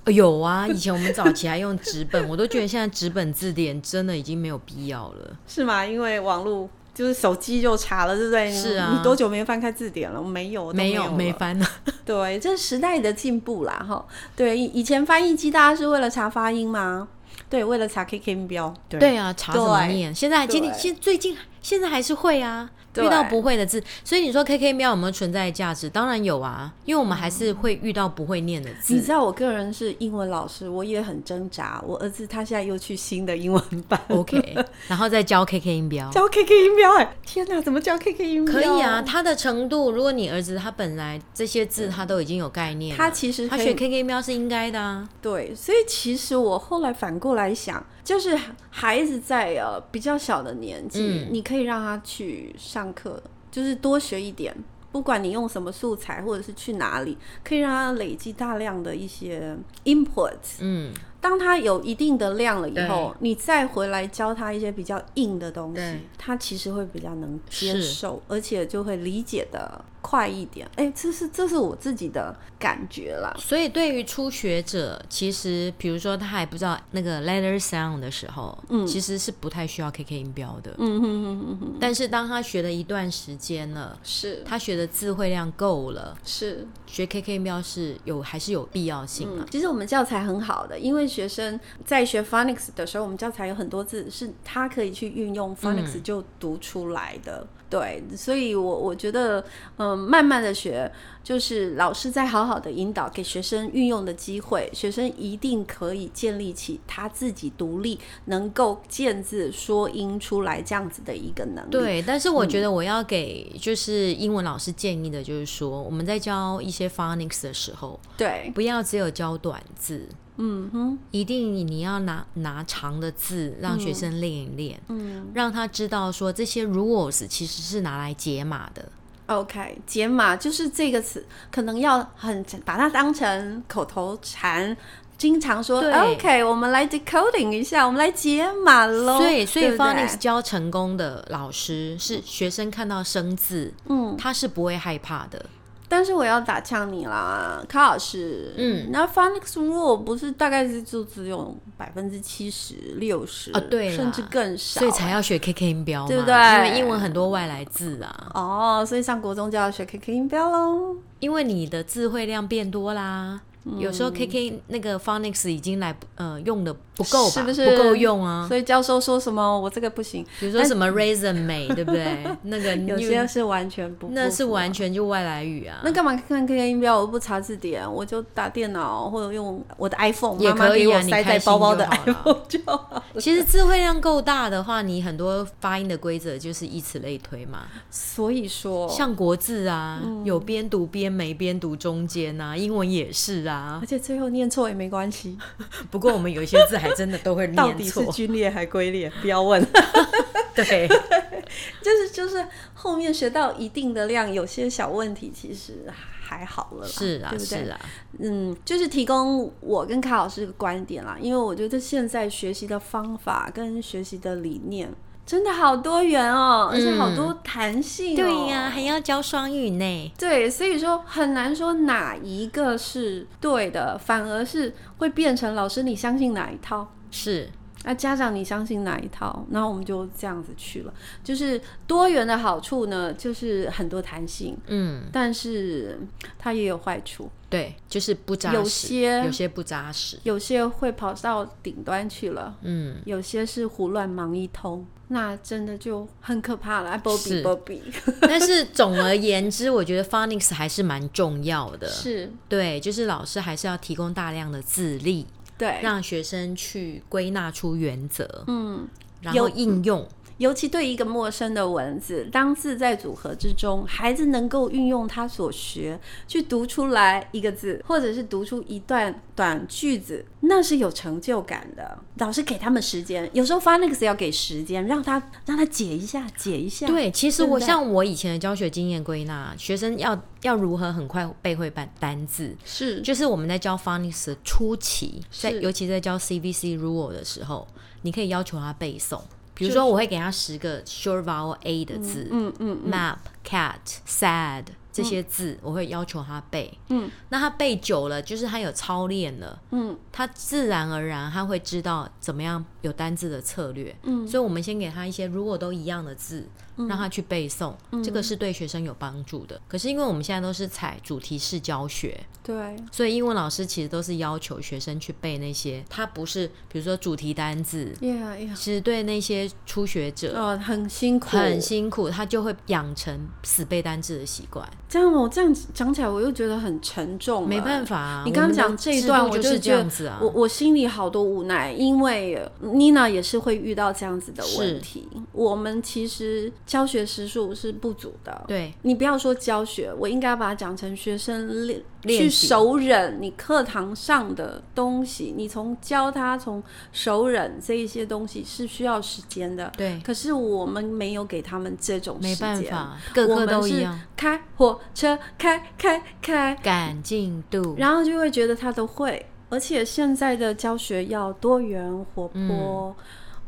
S2: 有啊，以前我们早期还用纸本， <laughs> 我都觉得现在纸本字典真的已经没有必要了。
S1: 是吗？因为网络就是手机就查了，对不对？
S2: 是啊
S1: 你多久没翻开字典了？我没有，我都
S2: 没
S1: 有，
S2: 没。翻了。
S1: 对，这是时代的进步啦，哈。对，以以前翻译机大家是为了查发音吗？对，为了查 K K 标。 <laughs> 对
S2: 对啊，查怎么
S1: 对
S2: 念？现在今天
S1: 对
S2: 现最近现在还是会啊，
S1: 对
S2: 遇到不会的字，所以你说 K K 喵有没有存在的价值？当然有啊，因为我们还是会遇到不会念的
S1: 你
S2: 字
S1: 知。道，我个人是英文老师，我也很挣扎。我儿子他现在又去新的英文班
S2: OK，然后再教 K K 音标。
S1: <laughs> 教 KK 音标、哎，天哪，怎么教 KK 音标？
S2: 可以啊，，他的程度，如果你儿子他本来这些字他都已经有概念了，
S1: 他其实
S2: 他
S1: 可以
S2: 学 K K 喵是应该的啊。
S1: 对，所以其实我后来反过来想，就是孩子在呃比较小的年纪，
S2: 嗯
S1: 你可以让他去上课，就是多学一点，不管你用什么素材或者是去哪里，可以让他累积大量的一些 input。
S2: 嗯，
S1: 当他有一定的量了以后，你再回来教他一些比较硬的东西
S2: 对，
S1: 他其实会比较能接
S2: 是
S1: 受，而且就会理解的快一点。哎、这是这是我自己的感觉啦。
S2: 所以对于初学者，其实比如说他还不知道那个 letter sound 的时候，嗯，其实是不太需要 K K 音标的。
S1: 嗯哼哼哼哼，
S2: 但是当他学了一段时间了，
S1: 是
S2: 他学的词汇量够了，
S1: 是。
S2: 学 K K 喵是有还是有必要性啊？
S1: 嗯嗯，其实我们教材很好的，因为学生在学 phonics 的时候，我们教材有很多字是他可以去运用 phonics 就读出来的。对，所以我我觉得，嗯、慢慢的学，就是老师在好好的引导，给学生运用的机会，学生一定可以建立起他自己独立，能够见字说音出来这样子的一个能力。
S2: 对，但是我觉
S1: 嗯
S2: 得我要给就是英文老师建议的，就是说我们在教一些 phonics 的时候，
S1: 对，
S2: 不要只有教短字，
S1: 嗯哼，
S2: 一定你要拿拿长的字让学生练一练，
S1: 嗯
S2: 让他知道说这些 rules 其实是拿来解码的。
S1: ，OK，解码就是这个词，可能要很把它当成口头禅。经常说
S2: 对
S1: ，OK，我们来 decoding 一下，我们来解码喽。
S2: 所以，所以
S1: 对不对
S2: phonics 教成功的老师是学生看到生字，
S1: 嗯，
S2: 他是不会害怕的。
S1: 但是我要打枪你啦，卡老师。
S2: 嗯，
S1: 那 phonics rule 不是大概是就只有百分之七十、六十
S2: 啊对啦
S1: 甚至更少，欸
S2: 所以才要学 KK 音标嘛，
S1: 对不对
S2: 因为英文很多外来字啊，
S1: 哦。所以上国中就要学 KK 音标喽。
S2: 因为你的词汇量变多啦。
S1: 嗯
S2: 有时候 KK 那个 phonics 已经来不呃用的不够吧，
S1: 是不是
S2: 够用啊？
S1: 所以教授说什么我这个不行，
S2: 比如说什么
S1: <laughs>
S2: resume，对不对？那个
S1: 有
S2: new-
S1: 些是完全不
S2: 那是
S1: 不符合
S2: 完全就外来语啊。
S1: 那干嘛看 KK 音标？我不查字典，我就打电脑或者用我的 iPhone，
S2: 也
S1: 妈妈
S2: 可以
S1: 给
S2: 啊
S1: 我
S2: 你
S1: 塞
S2: 开
S1: 在
S2: 心
S1: 包包的
S2: 就好了
S1: iPhone 就好。
S2: 其实词汇量够大的话，你很多发音的规则就是以此类推嘛。
S1: 所以说，
S2: 像国字啊，
S1: 嗯
S2: 有边读边没边读中间啊，英文也是啊
S1: 而。且最后念错也没关系，
S2: 不过我们有一些字还真的都会
S1: <laughs> 到
S2: 念
S1: 底是
S2: 错，
S1: 军列还龟裂，不要问。 <laughs>
S2: 对，
S1: 就是就是后面学到一定的量，有些小问题其实还好了啦，
S2: 是啊
S1: 对不对？
S2: 是啊，
S1: 嗯，就是提供我跟卡老师的观点啦，因为我觉得现在学习的方法跟学习的理念真的好多元哦，而且好多弹性、哦
S2: 嗯对呀、还要教双语呢。
S1: 对，所以说很难说哪一个是对的，反而是会变成老师你相信哪一套，
S2: 是，
S1: 那家长你相信哪一套？然后我们就这样子去了。就是多元的好处呢，就是很多弹性，
S2: 嗯，
S1: 但是它也有坏处，
S2: 对，就是不扎实，
S1: 有些
S2: 有些不扎实，
S1: 有些会跑到顶端去了，
S2: 嗯，
S1: 有些是胡乱忙一通，那真的就很可怕了。波比
S2: 是
S1: 波比
S2: 但是总而言之，我觉得 phonics 还是蛮重要的。
S1: 是
S2: 对，就是老师还是要提供大量的自力，
S1: 对，
S2: 让学生去归纳出原则，
S1: 嗯，
S2: 然后应用。
S1: 尤其对一个陌生的文字，当字在组合之中，孩子能够运用他所学去读出来一个字，或者是读出一段短句子，那是有成就感的。老师给他们时间，有时候 phonics 要给时间，让他让他解一下，解一下。
S2: 对，其实
S1: 对不
S2: 我
S1: 对
S2: 像我以前的教学经验归纳，学生要要如何很快背会单单字，
S1: 是，是
S2: 就是我们在教 phonics 的初期，在
S1: 是
S2: 尤其在教 CVC rule 的时候，你可以要求他背诵。比如
S1: 就
S2: 说，
S1: 是
S2: 我会给他十个 short vowel a 的字，
S1: 嗯嗯嗯
S2: map、cat、sad 这些字，我会要求他背。
S1: 嗯，
S2: 那他背久了，就是他有操练了，
S1: 嗯，
S2: 他自然而然他会知道怎么样有单字的策略。嗯，所以我们先给他一些如果都一样的字，
S1: 嗯
S2: 让他去背诵，这个是对学生有帮助的。可是因为我们现在都是采主题式教学，
S1: 对，
S2: 所以英文老师其实都是要求学生去背那些，他不是比如说主题单字，
S1: 呀呀，
S2: 其实对那些初学者
S1: 哦，很辛苦，
S2: 很辛苦，他就会养成死背单字的习惯，
S1: 这样哦我这样讲起来，我又觉得很沉重了。
S2: 没办法、啊。
S1: 哦你刚刚讲这一段
S2: 我们的制
S1: 我就
S2: 度就是
S1: 觉
S2: 这
S1: 得
S2: 样子啊
S1: 我。我心里好多无奈，因为呃 Nina 也是会遇到这样子的问题。我们其实教学时数是不足的。
S2: 对，
S1: 你不要说教学，我应该把它讲成学生练
S2: 练
S1: 去
S2: 习
S1: 熟忍你课堂上的东西，你从教他从熟忍这一些东西是需要时间的。
S2: 对
S1: 可是我们没有给他们这种时
S2: 没
S1: 间，
S2: 办法，各个都一样。。
S1: 开火车，开开开，
S2: 赶进度，
S1: 然后就会
S2: 嗯
S1: 觉得他都会，而且现在的教学要多元活泼。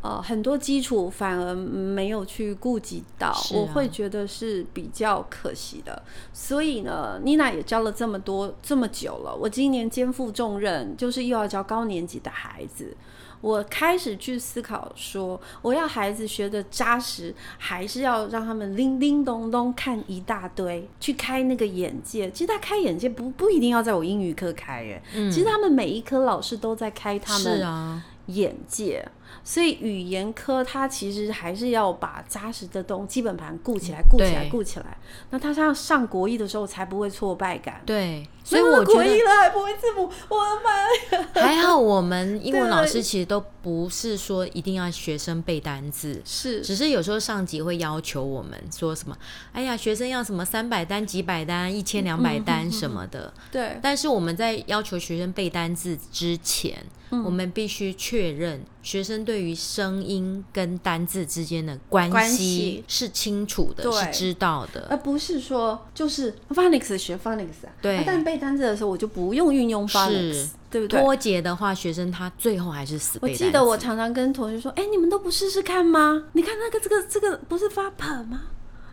S1: 呃很多基础反而没有去顾及到，
S2: 是啊
S1: 我会觉得是比较可惜的。所以呢，妮娜也教了这么多这么久了，我今年肩负重任，就是又要教高年级的孩子。我开始去思考说，我要孩子学的扎实，还是要让他们叮叮咚咚看一大堆，去开那个眼界。其实他开眼界不不一定要在我英语课开耶，
S2: 嗯
S1: 其实他们每一科老师都在开他
S2: 是
S1: 们
S2: 啊，
S1: 眼界，所以语言科它其实还是要把扎实的东基本盘顾起来，顾起来，
S2: 对
S1: 顾起来。那他上上国一的时候才不会挫败感。
S2: 对，所以
S1: 没有
S2: 我觉
S1: 国一
S2: 得
S1: 了还不会字母，我的妈！
S2: 还好，我们英文老
S1: 对
S2: 师其实都不是说一定要学生背单字，
S1: 是
S2: 只是有时候上级会要求我们说什么，哎呀，学生要什么三百单、几百单、一千两百
S1: 嗯
S2: 单什么的。
S1: 对，
S2: 但是我们在要求学生背单字之前，
S1: 嗯
S2: 我们必须确认学生对于声音跟单字之间的关
S1: 关系
S2: 系是清楚的，
S1: 对呃
S2: 是知道
S1: 而
S2: 的。
S1: 不是说就是 phonics 学 phonics 啊。
S2: 对
S1: 啊但背单词的时候我就不用运用 phonics，
S2: 是
S1: 对不对？
S2: 脱节的话，学生他最后还是死
S1: 我
S2: 背单字。
S1: 记得我常常跟同学说：“哎、你们都不试试看吗？你看那个这个这个不是发 p 吗？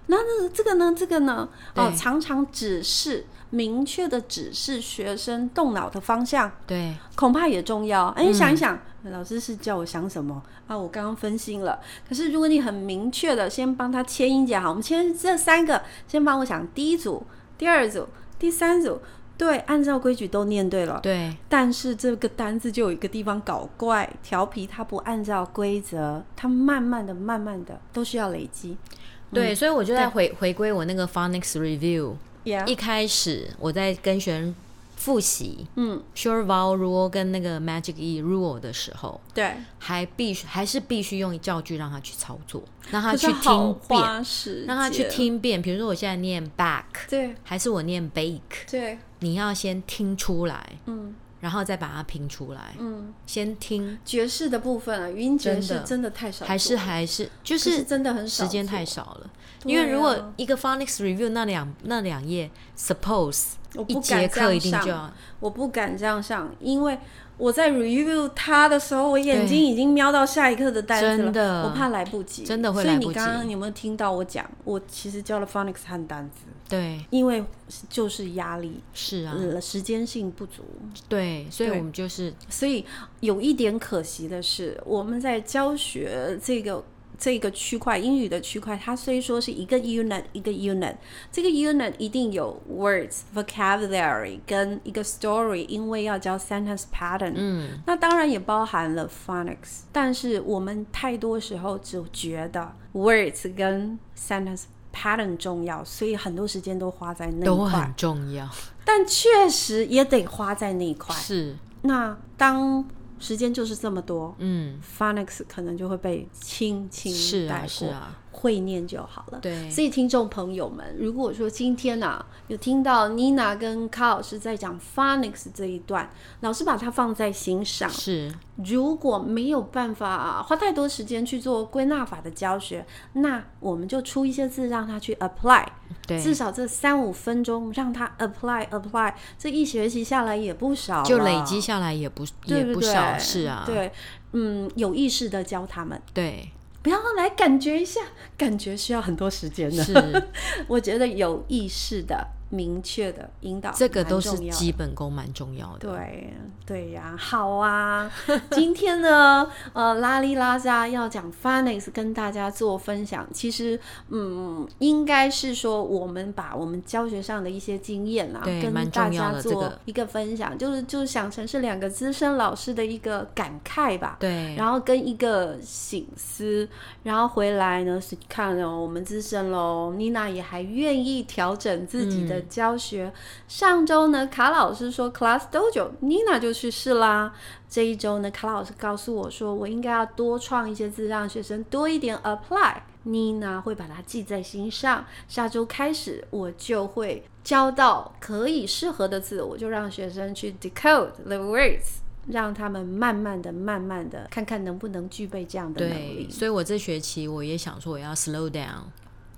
S1: 然后那个这个呢这个呢？哦，
S2: 对
S1: 常常指示明确的指示学生动脑的方向，
S2: 对
S1: 恐怕也重要。
S2: 嗯
S1: 哎、你想一想，老师是叫我想什么啊？我刚刚分心了。可是如果你很明确的先帮他切音节，好，我们切这三个，先帮我想第一组、第二组、第三组。对，按照规矩都念对了。
S2: 对
S1: 但是这个单字就有一个地方搞怪，调皮，它不按照规则，它慢慢的、慢慢的都需要累积。嗯
S2: 对，所以我就在回回归我那个 phonics review。
S1: Yeah，
S2: 一开始我在跟学生复习
S1: 嗯，
S2: short vowel rule 跟那个 magic e rule 的时候，
S1: 对，
S2: 还必须还是必须用教具让他去操作，让他
S1: 可是
S2: 去
S1: 好
S2: 听遍，
S1: 花时，
S2: 让他去，听遍。比如说我现在念 back，
S1: 对
S2: 还是我念 bake，
S1: 对，
S2: 你要先听出来，
S1: 嗯
S2: 然后再把它拼出来。
S1: 嗯，
S2: 先听
S1: 爵士的部分啊，语音爵
S2: 真
S1: 士
S2: 的
S1: 真的太少做了，
S2: 还是还是就
S1: 可是
S2: 是
S1: 真的很少
S2: 时间
S1: 做
S2: 太少了。
S1: 对
S2: 因为如果
S1: 啊
S2: 一个 phonics review 那两那两页 suppose
S1: 我不
S2: 一
S1: 敢这
S2: 节课
S1: 样
S2: 一定就
S1: 上
S2: 要
S1: 我不敢这样上，因为我在 review 它的时候，我眼
S2: 对
S1: 睛已经瞄到下一课的单词了，
S2: 真的
S1: 我怕来不及，
S2: 真的会来不及
S1: 所以你刚刚有没有听到我讲？我其实教了 phonics 和单词，
S2: 对
S1: 因为就是压力，
S2: 是啊，
S1: 呃，时间性不足，
S2: 对，所以
S1: 对
S2: 我们就是
S1: 所以有一点可惜的是，我们在教学这个。这个区块英语的区块，它虽说是一个 unit 一个 unit，这个 unit 一定有 words、vocabulary 跟一个 story，因为要教 sentence pattern，
S2: 嗯
S1: 那当然也包含了 phonics，但是我们太多时候只觉得 words 跟 sentence pattern 重要，所以很多时间都花在那
S2: 都
S1: 一块
S2: 很，重要，
S1: 但确实也得花在那一块。
S2: 是
S1: 那当时间就是这么多
S2: 嗯
S1: ，phonics 可能就会被轻轻
S2: 是
S1: 带
S2: 啊
S1: 过，
S2: 是啊，
S1: 会念就好了。
S2: 对
S1: 所以听众朋友们，如果说今天啊有听到妮娜跟卡老师在讲 phonics 这一段，老师把它放在心上，
S2: 是
S1: 如果没有办法花太多时间去做归纳法的教学，那我们就出一些字让他去 apply，至
S2: 对，
S1: 少这三五分钟让他 apply apply，这一学期下来也不少了，
S2: 就累积下来也不
S1: 对
S2: 也
S1: 对
S2: 不少，是啊，
S1: 对，嗯，有意识的教他们，
S2: 对
S1: 不要来感觉一下，感觉需要很多时间的。
S2: 是
S1: <laughs> 我觉得有意识的、明确的引导，
S2: 这个都是
S1: 蛮重要的
S2: 基本功，蛮重要的，
S1: 对对呀、好
S2: <laughs>
S1: 啊！今天呢，呃，拉里拉扎要讲 phonics 跟大家做分享。其实，嗯，应该是说我们把我们教学上的一些经验啊，
S2: 对
S1: 跟
S2: 蛮
S1: 大
S2: 重要
S1: 家
S2: 的这
S1: 做
S2: 个
S1: 一个分享，就是就是想成是两个资深老师的一个感慨吧。
S2: 对
S1: 然后跟一个醒思，然后回来呢是看哦，我们资深喽，妮娜也还愿意调整自己的教学。上周呢，卡老师说 Class Dojo，妮娜就去试啦。这一周呢，卡老师告诉我说，我应该要多创一些字，让学生多一点 apply。妮娜会把它记在心上，下周开始我就会教到可以适合的字，我就让学生去 decode the words。让他们慢慢的、慢慢的看看能不能具备这样的能
S2: 对，
S1: 力。
S2: 所以我这学期我也想说我要 slow down。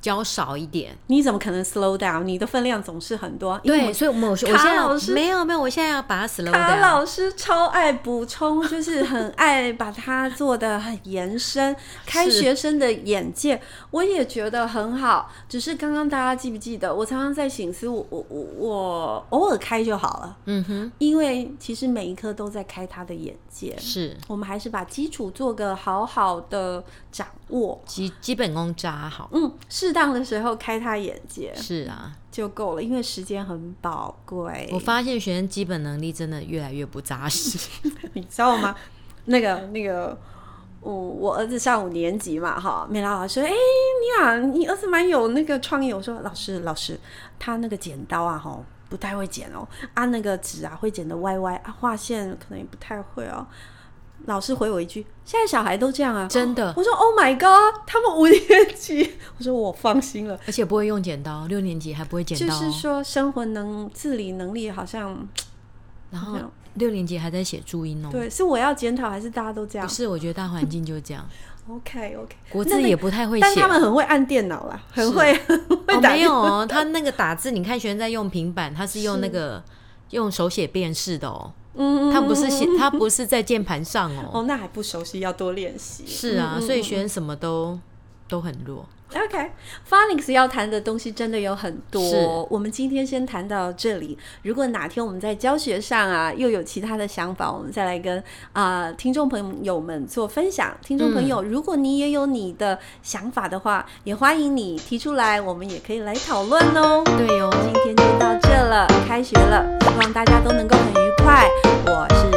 S2: 教少一点。
S1: 你怎么可能 slow down？你的分量总是很多。因为
S2: 对，所以我们我现
S1: 卡老师
S2: 在没有没有，我现在要把它 slow
S1: 卡
S2: down。
S1: 老师超爱补充，就是很爱把它做的很延伸，开学生的眼界，我也觉得很好。只是刚刚大家记不记得，我常常在醒思，我我我我偶尔开就好了，
S2: 嗯哼，
S1: 因为其实每一科都在开他的眼界。
S2: 是
S1: 我们还是把基础做个好好的掌握，
S2: 基基本功扎好。
S1: 嗯，适当的时候开他眼界
S2: 是啊，
S1: 就够了，因为时间很宝贵。
S2: 我发现学生基本能力真的越来越不扎
S1: <laughs>
S2: 实。
S1: 你知道吗？那个那个，我我儿子上五年级嘛，哈，美拉老师说，哎、你啊，你儿子蛮有那个创意。我说，老师老师，他那个剪刀啊，哈，不太会剪哦，啊，那个纸啊会剪的歪歪，啊，画线可能也不太会哦。老师回我一句：“现在小孩都这样啊，
S2: 真的
S1: 我说：“Oh my god，他们五年级。”我说：“我放心了。
S2: 而且不会用剪刀，六年级还不会”剪
S1: 就
S2: 刀哦、
S1: 是说，生活能自理能力好像没
S2: 然后
S1: 有
S2: 六年级还在写注音哦。
S1: 对，是我要检讨还是大家都这样
S2: 不是，我觉得大环境就是这样，
S1: ？OK OK，
S2: 国字也不太会
S1: 但
S2: 写。啊
S1: 他们很会按电脑啦，很会很会
S2: 哦，
S1: 打。
S2: 没有哦，他那个打字，你看学生在用平板，他是用那个用手写辨识的哦，
S1: 嗯，嗯
S2: 他不是写
S1: 嗯，
S2: 他不是在键盘上哦。
S1: 哦，那嗯还不熟悉，要多练习。
S2: 是啊，所以学生什么都都很弱。
S1: OK，Phonics 嗯要谈的东西真的有很
S2: 是
S1: 多。我们今天先谈到这里。如果哪天我们在教学上啊，又有其他的想法，我们再来跟啊、呃听众朋友们做分享。听众朋友，
S2: 嗯
S1: 如果你也有你的想法的话，也欢迎你提出来，我们也可以来讨论哦。
S2: 对哦，
S1: 今天就到这了，开学了，希望大家都能够很愉快。我是哦